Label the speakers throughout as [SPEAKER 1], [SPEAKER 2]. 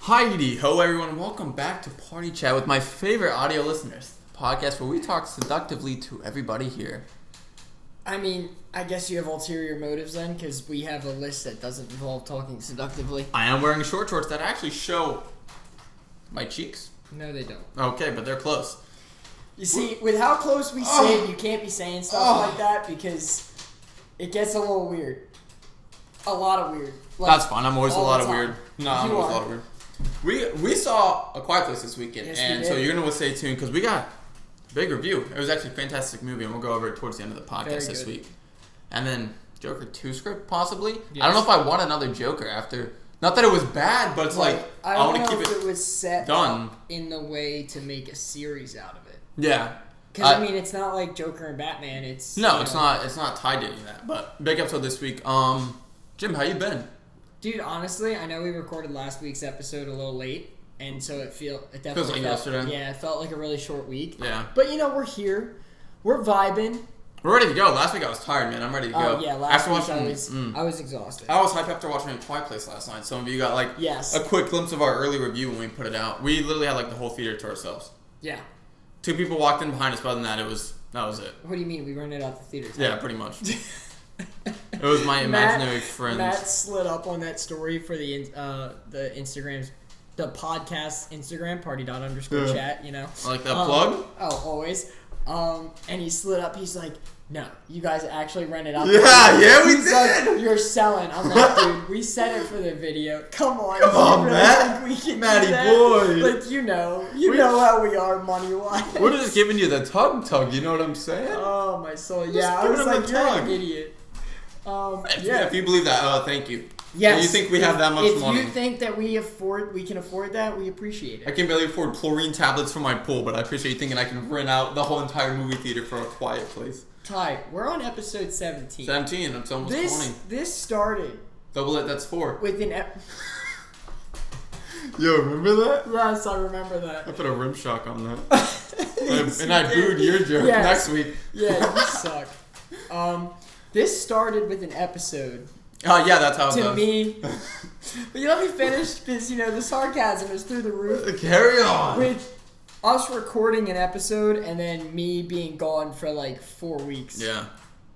[SPEAKER 1] Heidi ho, everyone. Welcome back to Party Chat with my favorite audio listeners, the podcast where we talk seductively to everybody here.
[SPEAKER 2] I mean, I guess you have ulterior motives then, because we have a list that doesn't involve talking seductively.
[SPEAKER 1] I am wearing short shorts that actually show my cheeks.
[SPEAKER 2] No, they don't.
[SPEAKER 1] Okay, but they're close.
[SPEAKER 2] You see, with how close we
[SPEAKER 1] Oh.
[SPEAKER 2] sit, you can't be saying stuff
[SPEAKER 1] Oh.
[SPEAKER 2] like that because it gets a little weird. A lot of weird. Like,
[SPEAKER 1] That's fun. I'm always a
[SPEAKER 2] all
[SPEAKER 1] lot
[SPEAKER 2] the
[SPEAKER 1] of
[SPEAKER 2] time.
[SPEAKER 1] weird. No, I'm
[SPEAKER 2] You
[SPEAKER 1] always a
[SPEAKER 2] are.
[SPEAKER 1] lot of weird. We we saw a Quiet Place this weekend,
[SPEAKER 2] Yes, we
[SPEAKER 1] and so
[SPEAKER 2] did.
[SPEAKER 1] you're gonna stay tuned because we got a big review. It was actually a fantastic movie, and we'll go over it towards the end of the
[SPEAKER 2] Very
[SPEAKER 1] podcast this
[SPEAKER 2] good.
[SPEAKER 1] week. And then Joker two script possibly. I
[SPEAKER 2] Yes.
[SPEAKER 1] don't know if I want another Joker after. Not that it was bad, but it's like,
[SPEAKER 2] I,
[SPEAKER 1] I,
[SPEAKER 2] don't
[SPEAKER 1] want to
[SPEAKER 2] know
[SPEAKER 1] keep
[SPEAKER 2] if
[SPEAKER 1] it.
[SPEAKER 2] it, was set
[SPEAKER 1] done.
[SPEAKER 2] up in the way to make a series out of it.
[SPEAKER 1] Yeah.
[SPEAKER 2] Because I,
[SPEAKER 1] I-
[SPEAKER 2] mean, it's not like Joker and Batman. It's
[SPEAKER 1] No,
[SPEAKER 2] you
[SPEAKER 1] it's
[SPEAKER 2] know-
[SPEAKER 1] not. It's not tied to any of that. But big episode this week. Um, Jim, how you been?
[SPEAKER 2] Dude, honestly, I know we recorded last week's episode a little late, and so it feel it
[SPEAKER 1] like
[SPEAKER 2] definitely felt-
[SPEAKER 1] yesterday.
[SPEAKER 2] Yeah, it felt like a really short week.
[SPEAKER 1] Yeah.
[SPEAKER 2] But you know, we're here, we're vibing.
[SPEAKER 1] We're ready to go. Last week I was tired, man. I'm ready to go.
[SPEAKER 2] Oh yeah, last
[SPEAKER 1] after
[SPEAKER 2] week
[SPEAKER 1] watching,
[SPEAKER 2] I was
[SPEAKER 1] mm.
[SPEAKER 2] I was exhausted.
[SPEAKER 1] I was hyped after watching a Quiet Place last night. Some of you got like
[SPEAKER 2] Yes.
[SPEAKER 1] a quick glimpse of our early review when we put it out. We literally had like the whole theater to ourselves.
[SPEAKER 2] Yeah.
[SPEAKER 1] Two people walked in behind us, but other than that, it was that was it.
[SPEAKER 2] What do you mean we rented out the theater?
[SPEAKER 1] Yeah, pretty much. it was my imaginary friends.
[SPEAKER 2] Matt slid up on that story for the in- uh the Instagrams, the podcast Instagram party dot underscore
[SPEAKER 1] Yeah.
[SPEAKER 2] chat. You know.
[SPEAKER 1] I like that
[SPEAKER 2] Um,
[SPEAKER 1] plug.
[SPEAKER 2] Oh, always. Um, and he slid up. He's like, "No, you guys actually rented out." the
[SPEAKER 1] Yeah,
[SPEAKER 2] theater."
[SPEAKER 1] yeah, we
[SPEAKER 2] He's like,
[SPEAKER 1] did.
[SPEAKER 2] You're selling. I'm like, dude, we said it for the video. Come on,
[SPEAKER 1] Come
[SPEAKER 2] you
[SPEAKER 1] on,
[SPEAKER 2] really
[SPEAKER 1] Matt.
[SPEAKER 2] think we can do
[SPEAKER 1] Matty
[SPEAKER 2] that?
[SPEAKER 1] boy.
[SPEAKER 2] Like you know, you
[SPEAKER 1] We-
[SPEAKER 2] know how we are money wise.
[SPEAKER 1] We're just giving you the tug tug. You know what I'm saying?
[SPEAKER 2] Oh my soul! Yeah, I
[SPEAKER 1] giving him
[SPEAKER 2] was like,
[SPEAKER 1] the
[SPEAKER 2] you're
[SPEAKER 1] tug."
[SPEAKER 2] an idiot. Um,
[SPEAKER 1] If-
[SPEAKER 2] yeah.
[SPEAKER 1] If you believe that, uh, thank you.
[SPEAKER 2] Yes.
[SPEAKER 1] you think we have that much
[SPEAKER 2] if
[SPEAKER 1] money.
[SPEAKER 2] you think that we afford, we can afford that, we appreciate
[SPEAKER 1] I
[SPEAKER 2] it.
[SPEAKER 1] can barely afford chlorine tablets for my pool, but I appreciate you thinking I can rent out the whole entire movie theater for a quiet place.
[SPEAKER 2] Ty, we're on episode 17.
[SPEAKER 1] 17, it's almost
[SPEAKER 2] This
[SPEAKER 1] 20.
[SPEAKER 2] this started
[SPEAKER 1] Double it, that's four.
[SPEAKER 2] with an. Ep-
[SPEAKER 1] Yo, remember that?
[SPEAKER 2] yes, I remember that.
[SPEAKER 1] I put a rim shock on that.
[SPEAKER 2] Yes,
[SPEAKER 1] Um, and I
[SPEAKER 2] you
[SPEAKER 1] booed
[SPEAKER 2] did.
[SPEAKER 1] your joke
[SPEAKER 2] Yes.
[SPEAKER 1] next week.
[SPEAKER 2] Yeah, you suck. Um, this started with an episode.
[SPEAKER 1] Oh, yeah, that's how it
[SPEAKER 2] To
[SPEAKER 1] goes.
[SPEAKER 2] me, but you let me finish because you know the sarcasm is through the roof.
[SPEAKER 1] Carry on.
[SPEAKER 2] with us recording an episode and then me being gone for like four weeks
[SPEAKER 1] Yeah.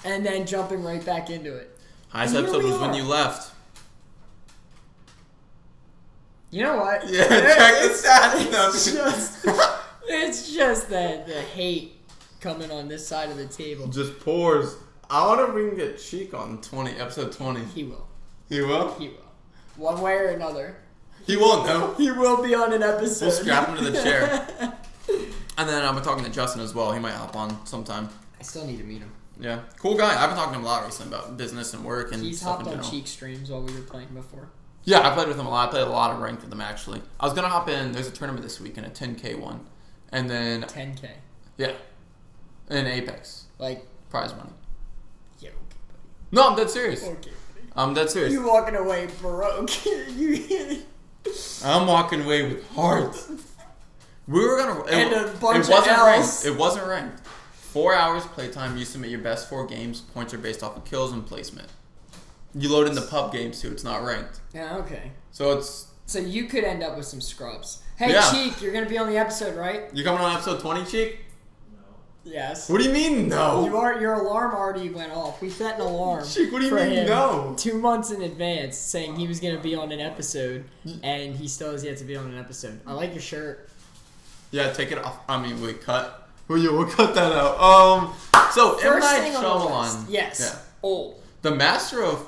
[SPEAKER 2] and then jumping right back into it
[SPEAKER 1] Highest
[SPEAKER 2] And here
[SPEAKER 1] episode
[SPEAKER 2] we
[SPEAKER 1] was when
[SPEAKER 2] are.
[SPEAKER 1] you left.
[SPEAKER 2] you know what
[SPEAKER 1] Yeah, check the
[SPEAKER 2] it's
[SPEAKER 1] stats.
[SPEAKER 2] just it's just the, the hate coming on this side of the table
[SPEAKER 1] Just pours. I wonder if we can get Cheek on 20, episode 20.
[SPEAKER 2] he will
[SPEAKER 1] He will?
[SPEAKER 2] he will one way or another
[SPEAKER 1] He won't, though.
[SPEAKER 2] he will be on an episode
[SPEAKER 1] We'll strap him to the chair. And then I've been talking to Justin as well. He might hop on sometime.
[SPEAKER 2] i still need to meet him
[SPEAKER 1] Yeah, cool guy. I've been talking to him a lot recently about business and work and
[SPEAKER 2] he's
[SPEAKER 1] stuff
[SPEAKER 2] hopped
[SPEAKER 1] in
[SPEAKER 2] on
[SPEAKER 1] general.
[SPEAKER 2] cheek streams while we were playing before
[SPEAKER 1] Yeah, I played with him a lot. I played a lot of ranked with him actually. I was gonna hop in. There's a tournament this weekend, a 10k one, and then
[SPEAKER 2] 10k
[SPEAKER 1] yeah, and Apex
[SPEAKER 2] like
[SPEAKER 1] prize money.
[SPEAKER 2] yeah
[SPEAKER 1] No, I'm dead serious.
[SPEAKER 2] okay buddy okay buddy
[SPEAKER 1] I'm dead serious.
[SPEAKER 2] You walking away broke. you
[SPEAKER 1] I'm walking away with hearts. We were gonna it,
[SPEAKER 2] And a bunch
[SPEAKER 1] it wasn't
[SPEAKER 2] of Ls.
[SPEAKER 1] ranked. It wasn't ranked. Four hours playtime. You submit your best four games. Points are based off of kills and placement. You load in the pub games too. It's not ranked,
[SPEAKER 2] yeah, okay.
[SPEAKER 1] so it's
[SPEAKER 2] So you could end up with some scrubs. Hey,
[SPEAKER 1] Yeah.
[SPEAKER 2] Cheek, you're gonna be on the episode, right?
[SPEAKER 1] you coming on episode 20, cheek.
[SPEAKER 2] Yes.
[SPEAKER 1] What do you mean no?
[SPEAKER 2] You are. Your alarm already went off. We set an alarm.
[SPEAKER 1] Cheek, what do you
[SPEAKER 2] for
[SPEAKER 1] mean
[SPEAKER 2] him
[SPEAKER 1] no?
[SPEAKER 2] Two months in advance, saying he was gonna be on an episode, and he still has yet to be on an episode. I like your shirt.
[SPEAKER 1] Yeah, take it off. I mean, we cut. We we'll cut that out. Um, so M Night Shyamalan.
[SPEAKER 2] Yes.
[SPEAKER 1] Yeah.
[SPEAKER 2] Old.
[SPEAKER 1] The master of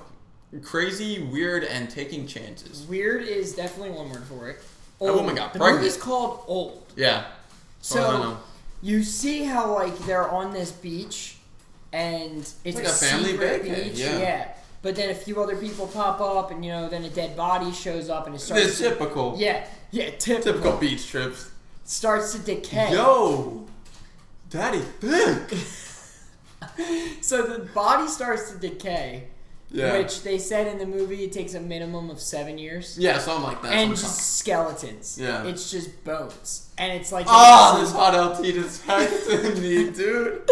[SPEAKER 1] crazy, weird, and taking chances.
[SPEAKER 2] Weird is definitely one word for it.
[SPEAKER 1] That
[SPEAKER 2] Old.
[SPEAKER 1] woman got
[SPEAKER 2] the
[SPEAKER 1] pregnant.
[SPEAKER 2] movie's called Old.
[SPEAKER 1] Yeah. Oh,
[SPEAKER 2] So
[SPEAKER 1] I know.
[SPEAKER 2] you see how like they're on this beach, and it's
[SPEAKER 1] Like
[SPEAKER 2] a,
[SPEAKER 1] a family
[SPEAKER 2] secret
[SPEAKER 1] vacay,
[SPEAKER 2] beach.
[SPEAKER 1] yeah.
[SPEAKER 2] But then a few other people pop up, and you know, then a dead body shows up, and it starts.
[SPEAKER 1] This typical.
[SPEAKER 2] yeah, yeah, typical.
[SPEAKER 1] Typical beach trips.
[SPEAKER 2] Starts to decay.
[SPEAKER 1] Yo, daddy thick.
[SPEAKER 2] So the body starts to decay,
[SPEAKER 1] Yeah.
[SPEAKER 2] which they said in the movie it takes a minimum of seven years.
[SPEAKER 1] yeah, something like that.
[SPEAKER 2] And
[SPEAKER 1] sometimes.
[SPEAKER 2] just skeletons.
[SPEAKER 1] Yeah.
[SPEAKER 2] It's just bones. And it's like.
[SPEAKER 1] Ah, this hot LT just hacked in me, dude.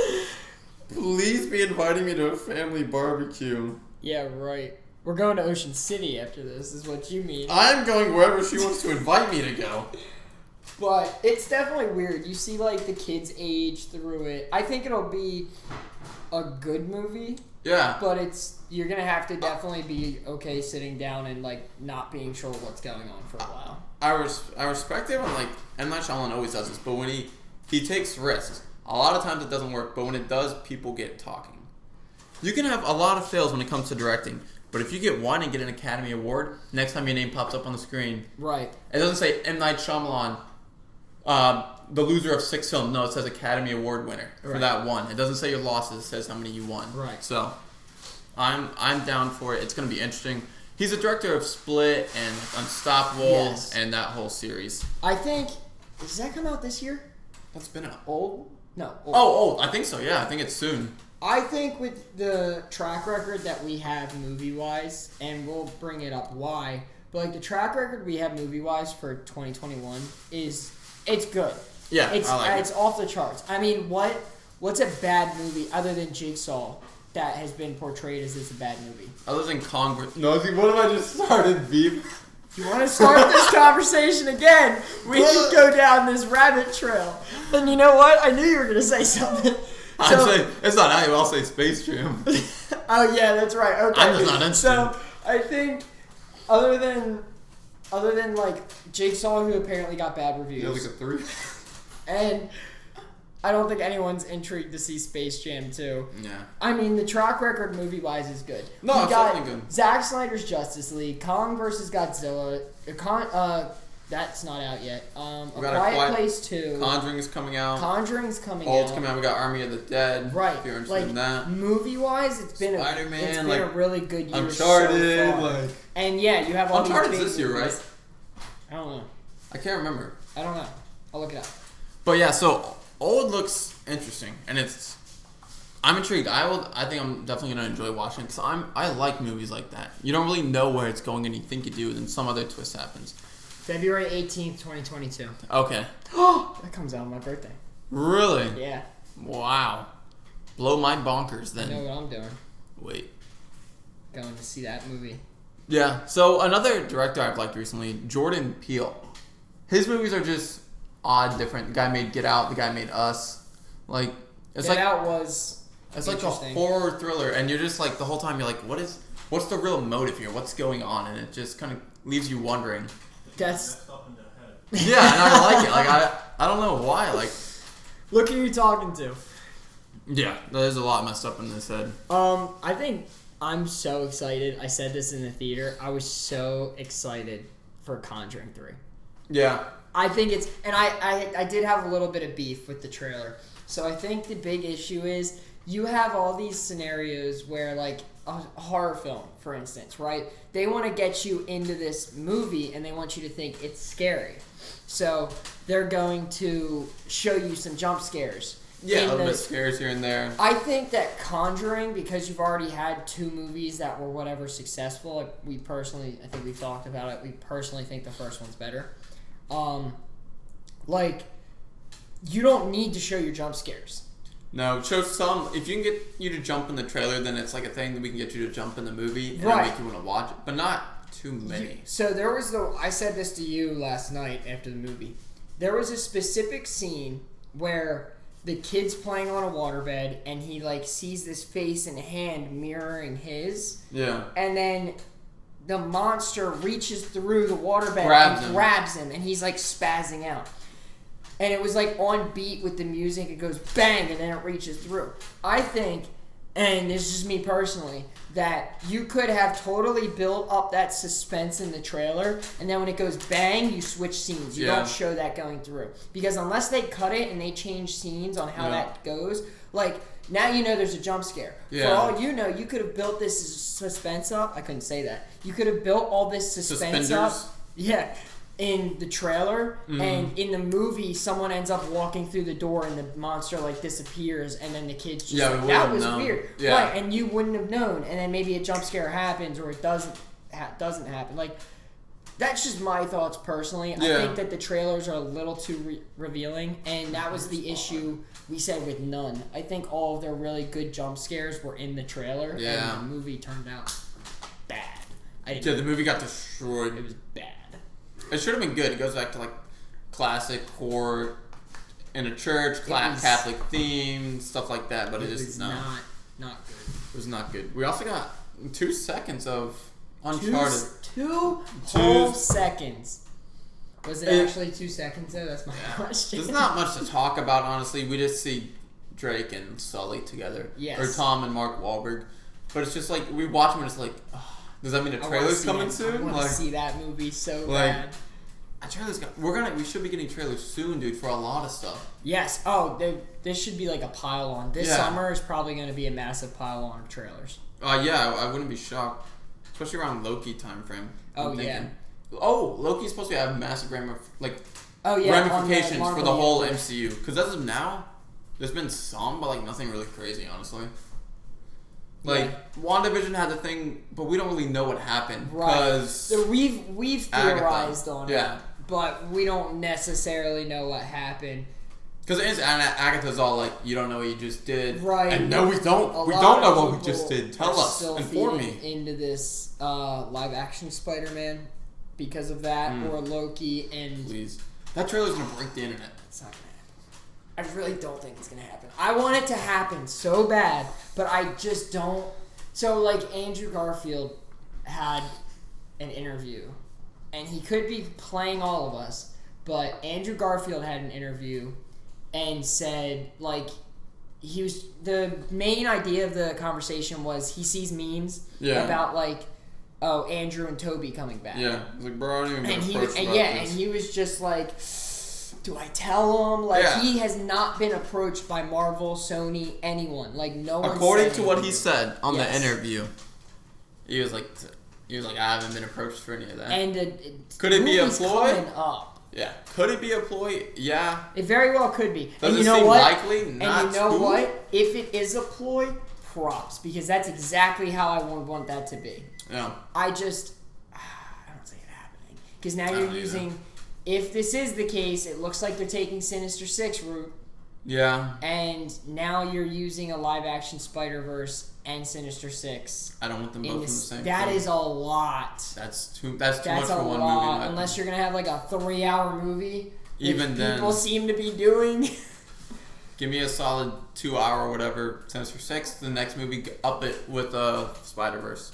[SPEAKER 1] Please be inviting me to a family barbecue.
[SPEAKER 2] Yeah, right. We're going to Ocean City after this, is what you mean.
[SPEAKER 1] I'm going wherever she wants to invite me to go.
[SPEAKER 2] But it's definitely weird. You see, like, the kids age through it. I think it'll be a good movie,
[SPEAKER 1] Yeah.
[SPEAKER 2] but it's you're gonna have to definitely be okay sitting down and like not being sure what's going on for a while.
[SPEAKER 1] I res- I respect him. and, Like M Night Shyamalan always does this, but when he he takes risks, a lot of times it doesn't work. But when it does, people get talking. You can have a lot of fails when it comes to directing, but if you get one and get an Academy Award, next time your name pops up on the screen,
[SPEAKER 2] Right.
[SPEAKER 1] it doesn't say M Night Shyamalan, uh, the loser of six films. No, it says Academy Award winner for
[SPEAKER 2] Right.
[SPEAKER 1] that one. It doesn't say your losses. It says how many you won.
[SPEAKER 2] Right.
[SPEAKER 1] So, I'm I'm down for it. It's gonna be interesting. He's a director of Split and Unstoppable
[SPEAKER 2] Yes.
[SPEAKER 1] and that whole series.
[SPEAKER 2] I think does that come out this year?
[SPEAKER 1] That's been out.
[SPEAKER 2] Old? No. Old.
[SPEAKER 1] Oh, oh, I think so. Yeah, I think it's soon.
[SPEAKER 2] I think with the track record that we have movie wise, and we'll bring it up why, but like the track record we have movie wise for 2021 is it's good.
[SPEAKER 1] Yeah,
[SPEAKER 2] it's
[SPEAKER 1] I like it.
[SPEAKER 2] it's off the charts. I mean, what what's a bad movie other than Jigsaw that has been portrayed as this a bad movie?
[SPEAKER 1] Other than Congress. No, see, what if I just started beef?
[SPEAKER 2] You want to start this conversation again? We could go down this rabbit trail. And you know what? I knew you were going to say something.
[SPEAKER 1] I'd
[SPEAKER 2] So-
[SPEAKER 1] say it's not out. I'll say Space Jam.
[SPEAKER 2] oh yeah, that's right. Okay.
[SPEAKER 1] I'm just not interested.
[SPEAKER 2] So I think other than other than like Jigsaw, who apparently got bad reviews,
[SPEAKER 1] three.
[SPEAKER 2] and I don't think anyone's intrigued to see Space Jam 2.
[SPEAKER 1] Yeah.
[SPEAKER 2] I mean, the track record movie wise is good.
[SPEAKER 1] No,
[SPEAKER 2] You
[SPEAKER 1] it's
[SPEAKER 2] got
[SPEAKER 1] definitely good.
[SPEAKER 2] Zack Snyder's Justice League, Kong versus Godzilla, uh, Con- uh, that's not out yet. Um, a
[SPEAKER 1] We got
[SPEAKER 2] Quiet,
[SPEAKER 1] A Quiet-
[SPEAKER 2] Place Two,
[SPEAKER 1] Conjuring is coming out.
[SPEAKER 2] Conjuring's coming
[SPEAKER 1] Old's
[SPEAKER 2] out.
[SPEAKER 1] coming out. We got Army of the Dead.
[SPEAKER 2] Right,
[SPEAKER 1] If you're interested
[SPEAKER 2] like
[SPEAKER 1] in that.
[SPEAKER 2] movie wise, it's been
[SPEAKER 1] Spider-Man,
[SPEAKER 2] a it's been
[SPEAKER 1] like,
[SPEAKER 2] a really good year.
[SPEAKER 1] Uncharted.
[SPEAKER 2] so far.
[SPEAKER 1] like
[SPEAKER 2] and yeah, you have all these
[SPEAKER 1] Uncharted's
[SPEAKER 2] big
[SPEAKER 1] this year,
[SPEAKER 2] movies.
[SPEAKER 1] right?
[SPEAKER 2] I don't know.
[SPEAKER 1] I can't remember.
[SPEAKER 2] I don't know. I'll look it up.
[SPEAKER 1] But yeah, so old looks interesting, and it's. I'm intrigued. I will. I think I'm definitely gonna enjoy watching because I'm. I like movies like that. You don't really know where it's going, and you think you do, then some other twist happens.
[SPEAKER 2] February eighteenth, twenty twenty two.
[SPEAKER 1] Okay.
[SPEAKER 2] that comes out on my birthday.
[SPEAKER 1] Really?
[SPEAKER 2] Yeah,
[SPEAKER 1] Wow. Blow my bonkers
[SPEAKER 2] I
[SPEAKER 1] then.
[SPEAKER 2] know what I'm doing.
[SPEAKER 1] Wait.
[SPEAKER 2] Going to see that movie.
[SPEAKER 1] Yeah. So another director I've liked recently, Jordan Peele. His movies are just odd, different. The guy made Get Out. The guy made Us. Like it's
[SPEAKER 2] Get
[SPEAKER 1] like
[SPEAKER 2] Out was
[SPEAKER 1] it's like a
[SPEAKER 2] interesting.
[SPEAKER 1] horror thriller, and you're just like the whole time you're like, what is what's the real motive here? What's going on? And it just kind of leaves you wondering.
[SPEAKER 2] that's
[SPEAKER 3] Messed up in the head.
[SPEAKER 1] Yeah, and I like it. Like I I don't know why. Like
[SPEAKER 2] look who you're talking to.
[SPEAKER 1] yeah, there's a lot messed up in this head.
[SPEAKER 2] Um, I think I'm so excited. I said this in the theater. I was so excited for Conjuring Three.
[SPEAKER 1] Yeah.
[SPEAKER 2] I think it's, and I, I, I did have a little bit of beef with the trailer. So I think the big issue is you have all these scenarios where, like, a horror film, for instance, right? They want to get you into this movie and they want you to think it's scary. So they're going to show you some jump scares.
[SPEAKER 1] Yeah,
[SPEAKER 2] in
[SPEAKER 1] a little
[SPEAKER 2] the-
[SPEAKER 1] bit scares here and there.
[SPEAKER 2] I think that Conjuring, because you've already had two movies that were whatever successful. Like we personally, I think we've talked about it. We personally think the first one's better. Um, like you don't need to show your jump scares.
[SPEAKER 1] No, show some. If you can get you to jump in the trailer, then it's like a thing that we can get you to jump in the movie and it'll
[SPEAKER 2] Right.
[SPEAKER 1] make you want to watch it, but not too many.
[SPEAKER 2] So there was the. I said this to you last night after the movie. There was a specific scene where the kid's playing on a waterbed and he like sees this face and hand mirroring his.
[SPEAKER 1] Yeah.
[SPEAKER 2] and then the monster reaches through the waterbed
[SPEAKER 1] Grabs
[SPEAKER 2] and
[SPEAKER 1] him.
[SPEAKER 2] grabs him, and he's like spazzing out. And it was like on beat with the music. It goes bang, and then it reaches through. I think, and this is just me personally, that you could have totally built up that suspense in the trailer, and then when it goes bang, you switch scenes. You
[SPEAKER 1] Yeah.
[SPEAKER 2] don't show that going through because unless they cut it and they change scenes on how
[SPEAKER 1] Yeah.
[SPEAKER 2] that goes, like now you know there's a jump scare. For
[SPEAKER 1] Yeah.
[SPEAKER 2] all you know, you could have built this suspense up. I couldn't say that. You could have built all this suspense
[SPEAKER 1] Suspenders? Mm-hmm.
[SPEAKER 2] up. Yeah. In the trailer and in the movie, someone ends up walking through the door and the monster like disappears, and then the kids just
[SPEAKER 1] Yeah, we
[SPEAKER 2] like,
[SPEAKER 1] wouldn't
[SPEAKER 2] that
[SPEAKER 1] have
[SPEAKER 2] was
[SPEAKER 1] known."
[SPEAKER 2] weird,
[SPEAKER 1] Yeah.
[SPEAKER 2] right? And you wouldn't have known, and then maybe a jump scare happens or it doesn't ha- doesn't happen. Like that's just my thoughts personally. I
[SPEAKER 1] Yeah.
[SPEAKER 2] think that the trailers are a little too re- revealing, and that was the issue we said with none. I think all of their really good jump scares were in the trailer,
[SPEAKER 1] Yeah.
[SPEAKER 2] and the movie turned out bad. I didn't.
[SPEAKER 1] Yeah, the movie got
[SPEAKER 2] It
[SPEAKER 1] destroyed.
[SPEAKER 2] was bad.
[SPEAKER 1] It should have been good. It goes back to like classic horror in a church, cla-
[SPEAKER 2] was-
[SPEAKER 1] Catholic theme, stuff like that. But it,
[SPEAKER 2] it
[SPEAKER 1] just
[SPEAKER 2] was
[SPEAKER 1] no,
[SPEAKER 2] not not good.
[SPEAKER 1] it was not good. We also got two seconds of
[SPEAKER 2] Two,
[SPEAKER 1] Uncharted.
[SPEAKER 2] s- two whole
[SPEAKER 1] Two-
[SPEAKER 2] seconds. Was it
[SPEAKER 1] Eh.
[SPEAKER 2] actually two seconds though? That's my question.
[SPEAKER 1] There's not much to talk about, honestly. We just see Drake and Sully together,
[SPEAKER 2] Yes.
[SPEAKER 1] or Tom and Mark Wahlberg. But it's just like we watch them, and it's like, "Ugh, does that mean a
[SPEAKER 2] I wanna
[SPEAKER 1] trailer's
[SPEAKER 2] see
[SPEAKER 1] coming
[SPEAKER 2] that- I
[SPEAKER 1] soon?
[SPEAKER 2] want to
[SPEAKER 1] Like,
[SPEAKER 2] see that movie so
[SPEAKER 1] like-
[SPEAKER 2] bad.
[SPEAKER 1] a trailer's got, we're gonna, we should be getting trailers soon, dude, for a lot of stuff.
[SPEAKER 2] Yes. Oh, there- this should be like a pile on. This
[SPEAKER 1] Yeah.
[SPEAKER 2] summer is probably going to be a massive pile on of trailers.
[SPEAKER 1] Uh, yeah, I, I wouldn't be shocked, especially around Loki time frame.
[SPEAKER 2] Oh, yeah.
[SPEAKER 1] Oh, Loki's supposed to have massive ramif- like
[SPEAKER 2] Oh yeah, on the
[SPEAKER 1] ramifications for the
[SPEAKER 2] Marvel
[SPEAKER 1] whole
[SPEAKER 2] Universe.
[SPEAKER 1] MCU. Because as of now, there's been some, but like nothing really crazy, honestly. Like WandaVision had the thing, but we don't really know what happened
[SPEAKER 2] Right.
[SPEAKER 1] because
[SPEAKER 2] So we've we've
[SPEAKER 1] Agatha.
[SPEAKER 2] theorized on
[SPEAKER 1] Yeah.
[SPEAKER 2] it, but we don't necessarily know what happened.
[SPEAKER 1] because Agatha's all like, "You don't know what you just did,"
[SPEAKER 2] Right.
[SPEAKER 1] And no, we don't.
[SPEAKER 2] A
[SPEAKER 1] we
[SPEAKER 2] lot
[SPEAKER 1] don't
[SPEAKER 2] of
[SPEAKER 1] know what we
[SPEAKER 2] people
[SPEAKER 1] just did.
[SPEAKER 2] are
[SPEAKER 1] Tell us.
[SPEAKER 2] still
[SPEAKER 1] Inform me.
[SPEAKER 2] feeding Into this uh, live action Spider Man because of that,
[SPEAKER 1] Mm.
[SPEAKER 2] or Loki, and
[SPEAKER 1] Please. That trailer's gonna break the internet.
[SPEAKER 2] it's not gonna happen. I really don't think it's gonna happen. I want it to happen so bad, but I just don't. So like Andrew Garfield had an interview, and he could be playing all of us, but Andrew Garfield had an interview and said like he was the main idea of the conversation was he sees memes
[SPEAKER 1] Yeah.
[SPEAKER 2] about like oh Andrew and Toby coming back
[SPEAKER 1] Yeah. It's like, bro, I don't even.
[SPEAKER 2] and
[SPEAKER 1] get
[SPEAKER 2] he
[SPEAKER 1] approached
[SPEAKER 2] and
[SPEAKER 1] about
[SPEAKER 2] yeah, and
[SPEAKER 1] this.
[SPEAKER 2] he was just like, "Do I tell him?" Like
[SPEAKER 1] Yeah.
[SPEAKER 2] he has not been approached by Marvel, Sony, anyone. Like no one.
[SPEAKER 1] According
[SPEAKER 2] said
[SPEAKER 1] to what he
[SPEAKER 2] anything.
[SPEAKER 1] said on
[SPEAKER 2] Yes.
[SPEAKER 1] the interview, he was like, he was like, I haven't been approached for any of that.
[SPEAKER 2] And uh,
[SPEAKER 1] Could it be a
[SPEAKER 2] movie's
[SPEAKER 1] ploy?
[SPEAKER 2] coming Up.
[SPEAKER 1] yeah, could it be a ploy? Yeah.
[SPEAKER 2] It very well could be.
[SPEAKER 1] Does
[SPEAKER 2] and
[SPEAKER 1] it
[SPEAKER 2] you know
[SPEAKER 1] seem
[SPEAKER 2] what?
[SPEAKER 1] likely? Not
[SPEAKER 2] and you know
[SPEAKER 1] too.
[SPEAKER 2] what? If it is a ploy, props because that's exactly how I would want that to be.
[SPEAKER 1] No.
[SPEAKER 2] I just I don't see it happening because now
[SPEAKER 1] don't
[SPEAKER 2] you're
[SPEAKER 1] either.
[SPEAKER 2] using. If this is the case, it looks like they're taking Sinister Six route.
[SPEAKER 1] Yeah,
[SPEAKER 2] and now you're using a live action Spider Verse and Sinister Six.
[SPEAKER 1] I don't want them both
[SPEAKER 2] In
[SPEAKER 1] in the
[SPEAKER 2] this,
[SPEAKER 1] same.
[SPEAKER 2] that
[SPEAKER 1] film.
[SPEAKER 2] is a lot.
[SPEAKER 1] That's too. That's too
[SPEAKER 2] That's
[SPEAKER 1] much
[SPEAKER 2] a
[SPEAKER 1] for one movie. in
[SPEAKER 2] lot.
[SPEAKER 1] my
[SPEAKER 2] Unless you're gonna have like a three hour movie. which
[SPEAKER 1] Even then-
[SPEAKER 2] people seem to be doing.
[SPEAKER 1] opinion. give me a solid two hour, whatever, Sinister Six. The next movie, g- up it with uh, Spider Verse.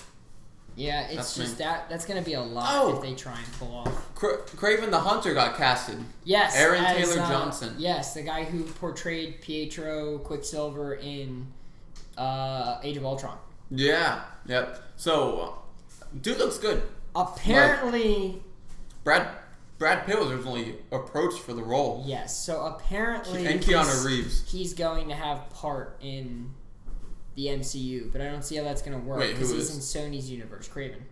[SPEAKER 2] yeah, it's
[SPEAKER 1] That's
[SPEAKER 2] just
[SPEAKER 1] me.
[SPEAKER 2] that. That's gonna be a lot
[SPEAKER 1] Oh.
[SPEAKER 2] if they try and pull off.
[SPEAKER 1] Cra- Craven the Hunter got casted.
[SPEAKER 2] Yes,
[SPEAKER 1] Aaron
[SPEAKER 2] as,
[SPEAKER 1] Taylor
[SPEAKER 2] uh,
[SPEAKER 1] Johnson.
[SPEAKER 2] Yes, the guy who portrayed Pietro Quicksilver in uh, Age of Ultron.
[SPEAKER 1] Yeah. Yep. So, uh, dude looks good.
[SPEAKER 2] Apparently,
[SPEAKER 1] Brad Brad Pitt was originally approached for the role.
[SPEAKER 2] yes. So apparently,
[SPEAKER 1] and
[SPEAKER 2] he's-
[SPEAKER 1] Keanu Reeves.
[SPEAKER 2] he's going to have part in the MCU, but I don't see how that's going to work
[SPEAKER 1] Wait, who
[SPEAKER 2] because he's
[SPEAKER 1] is-
[SPEAKER 2] in Sony's universe, Craven.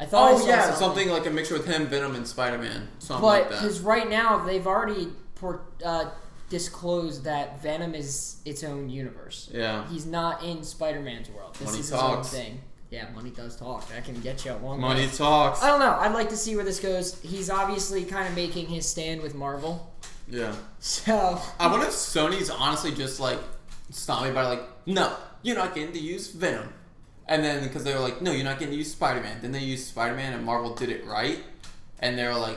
[SPEAKER 2] I thought I
[SPEAKER 1] Oh
[SPEAKER 2] saw
[SPEAKER 1] yeah,
[SPEAKER 2] something,
[SPEAKER 1] something like a mixture with him, Venom, and Spider Man, something
[SPEAKER 2] but
[SPEAKER 1] like
[SPEAKER 2] because
[SPEAKER 1] that.
[SPEAKER 2] right now they've already por- uh, disclosed that Venom is its own universe.
[SPEAKER 1] Yeah,
[SPEAKER 2] He's not in Spider-Man's world. This
[SPEAKER 1] Money
[SPEAKER 2] is
[SPEAKER 1] talks.
[SPEAKER 2] his own thing. Yeah, money does talk. That can get you at one.
[SPEAKER 1] money
[SPEAKER 2] way.
[SPEAKER 1] talks.
[SPEAKER 2] I don't know. I'd like to see where this goes. He's obviously kind of making his stand with Marvel.
[SPEAKER 1] Yeah,
[SPEAKER 2] So
[SPEAKER 1] I wonder if Sony's honestly just like stopped me by like, no, you're not getting to use Venom, and then because they were like, no, you're not getting to use Spider Man. Then they used Spider Man, and Marvel did it right, and they were like,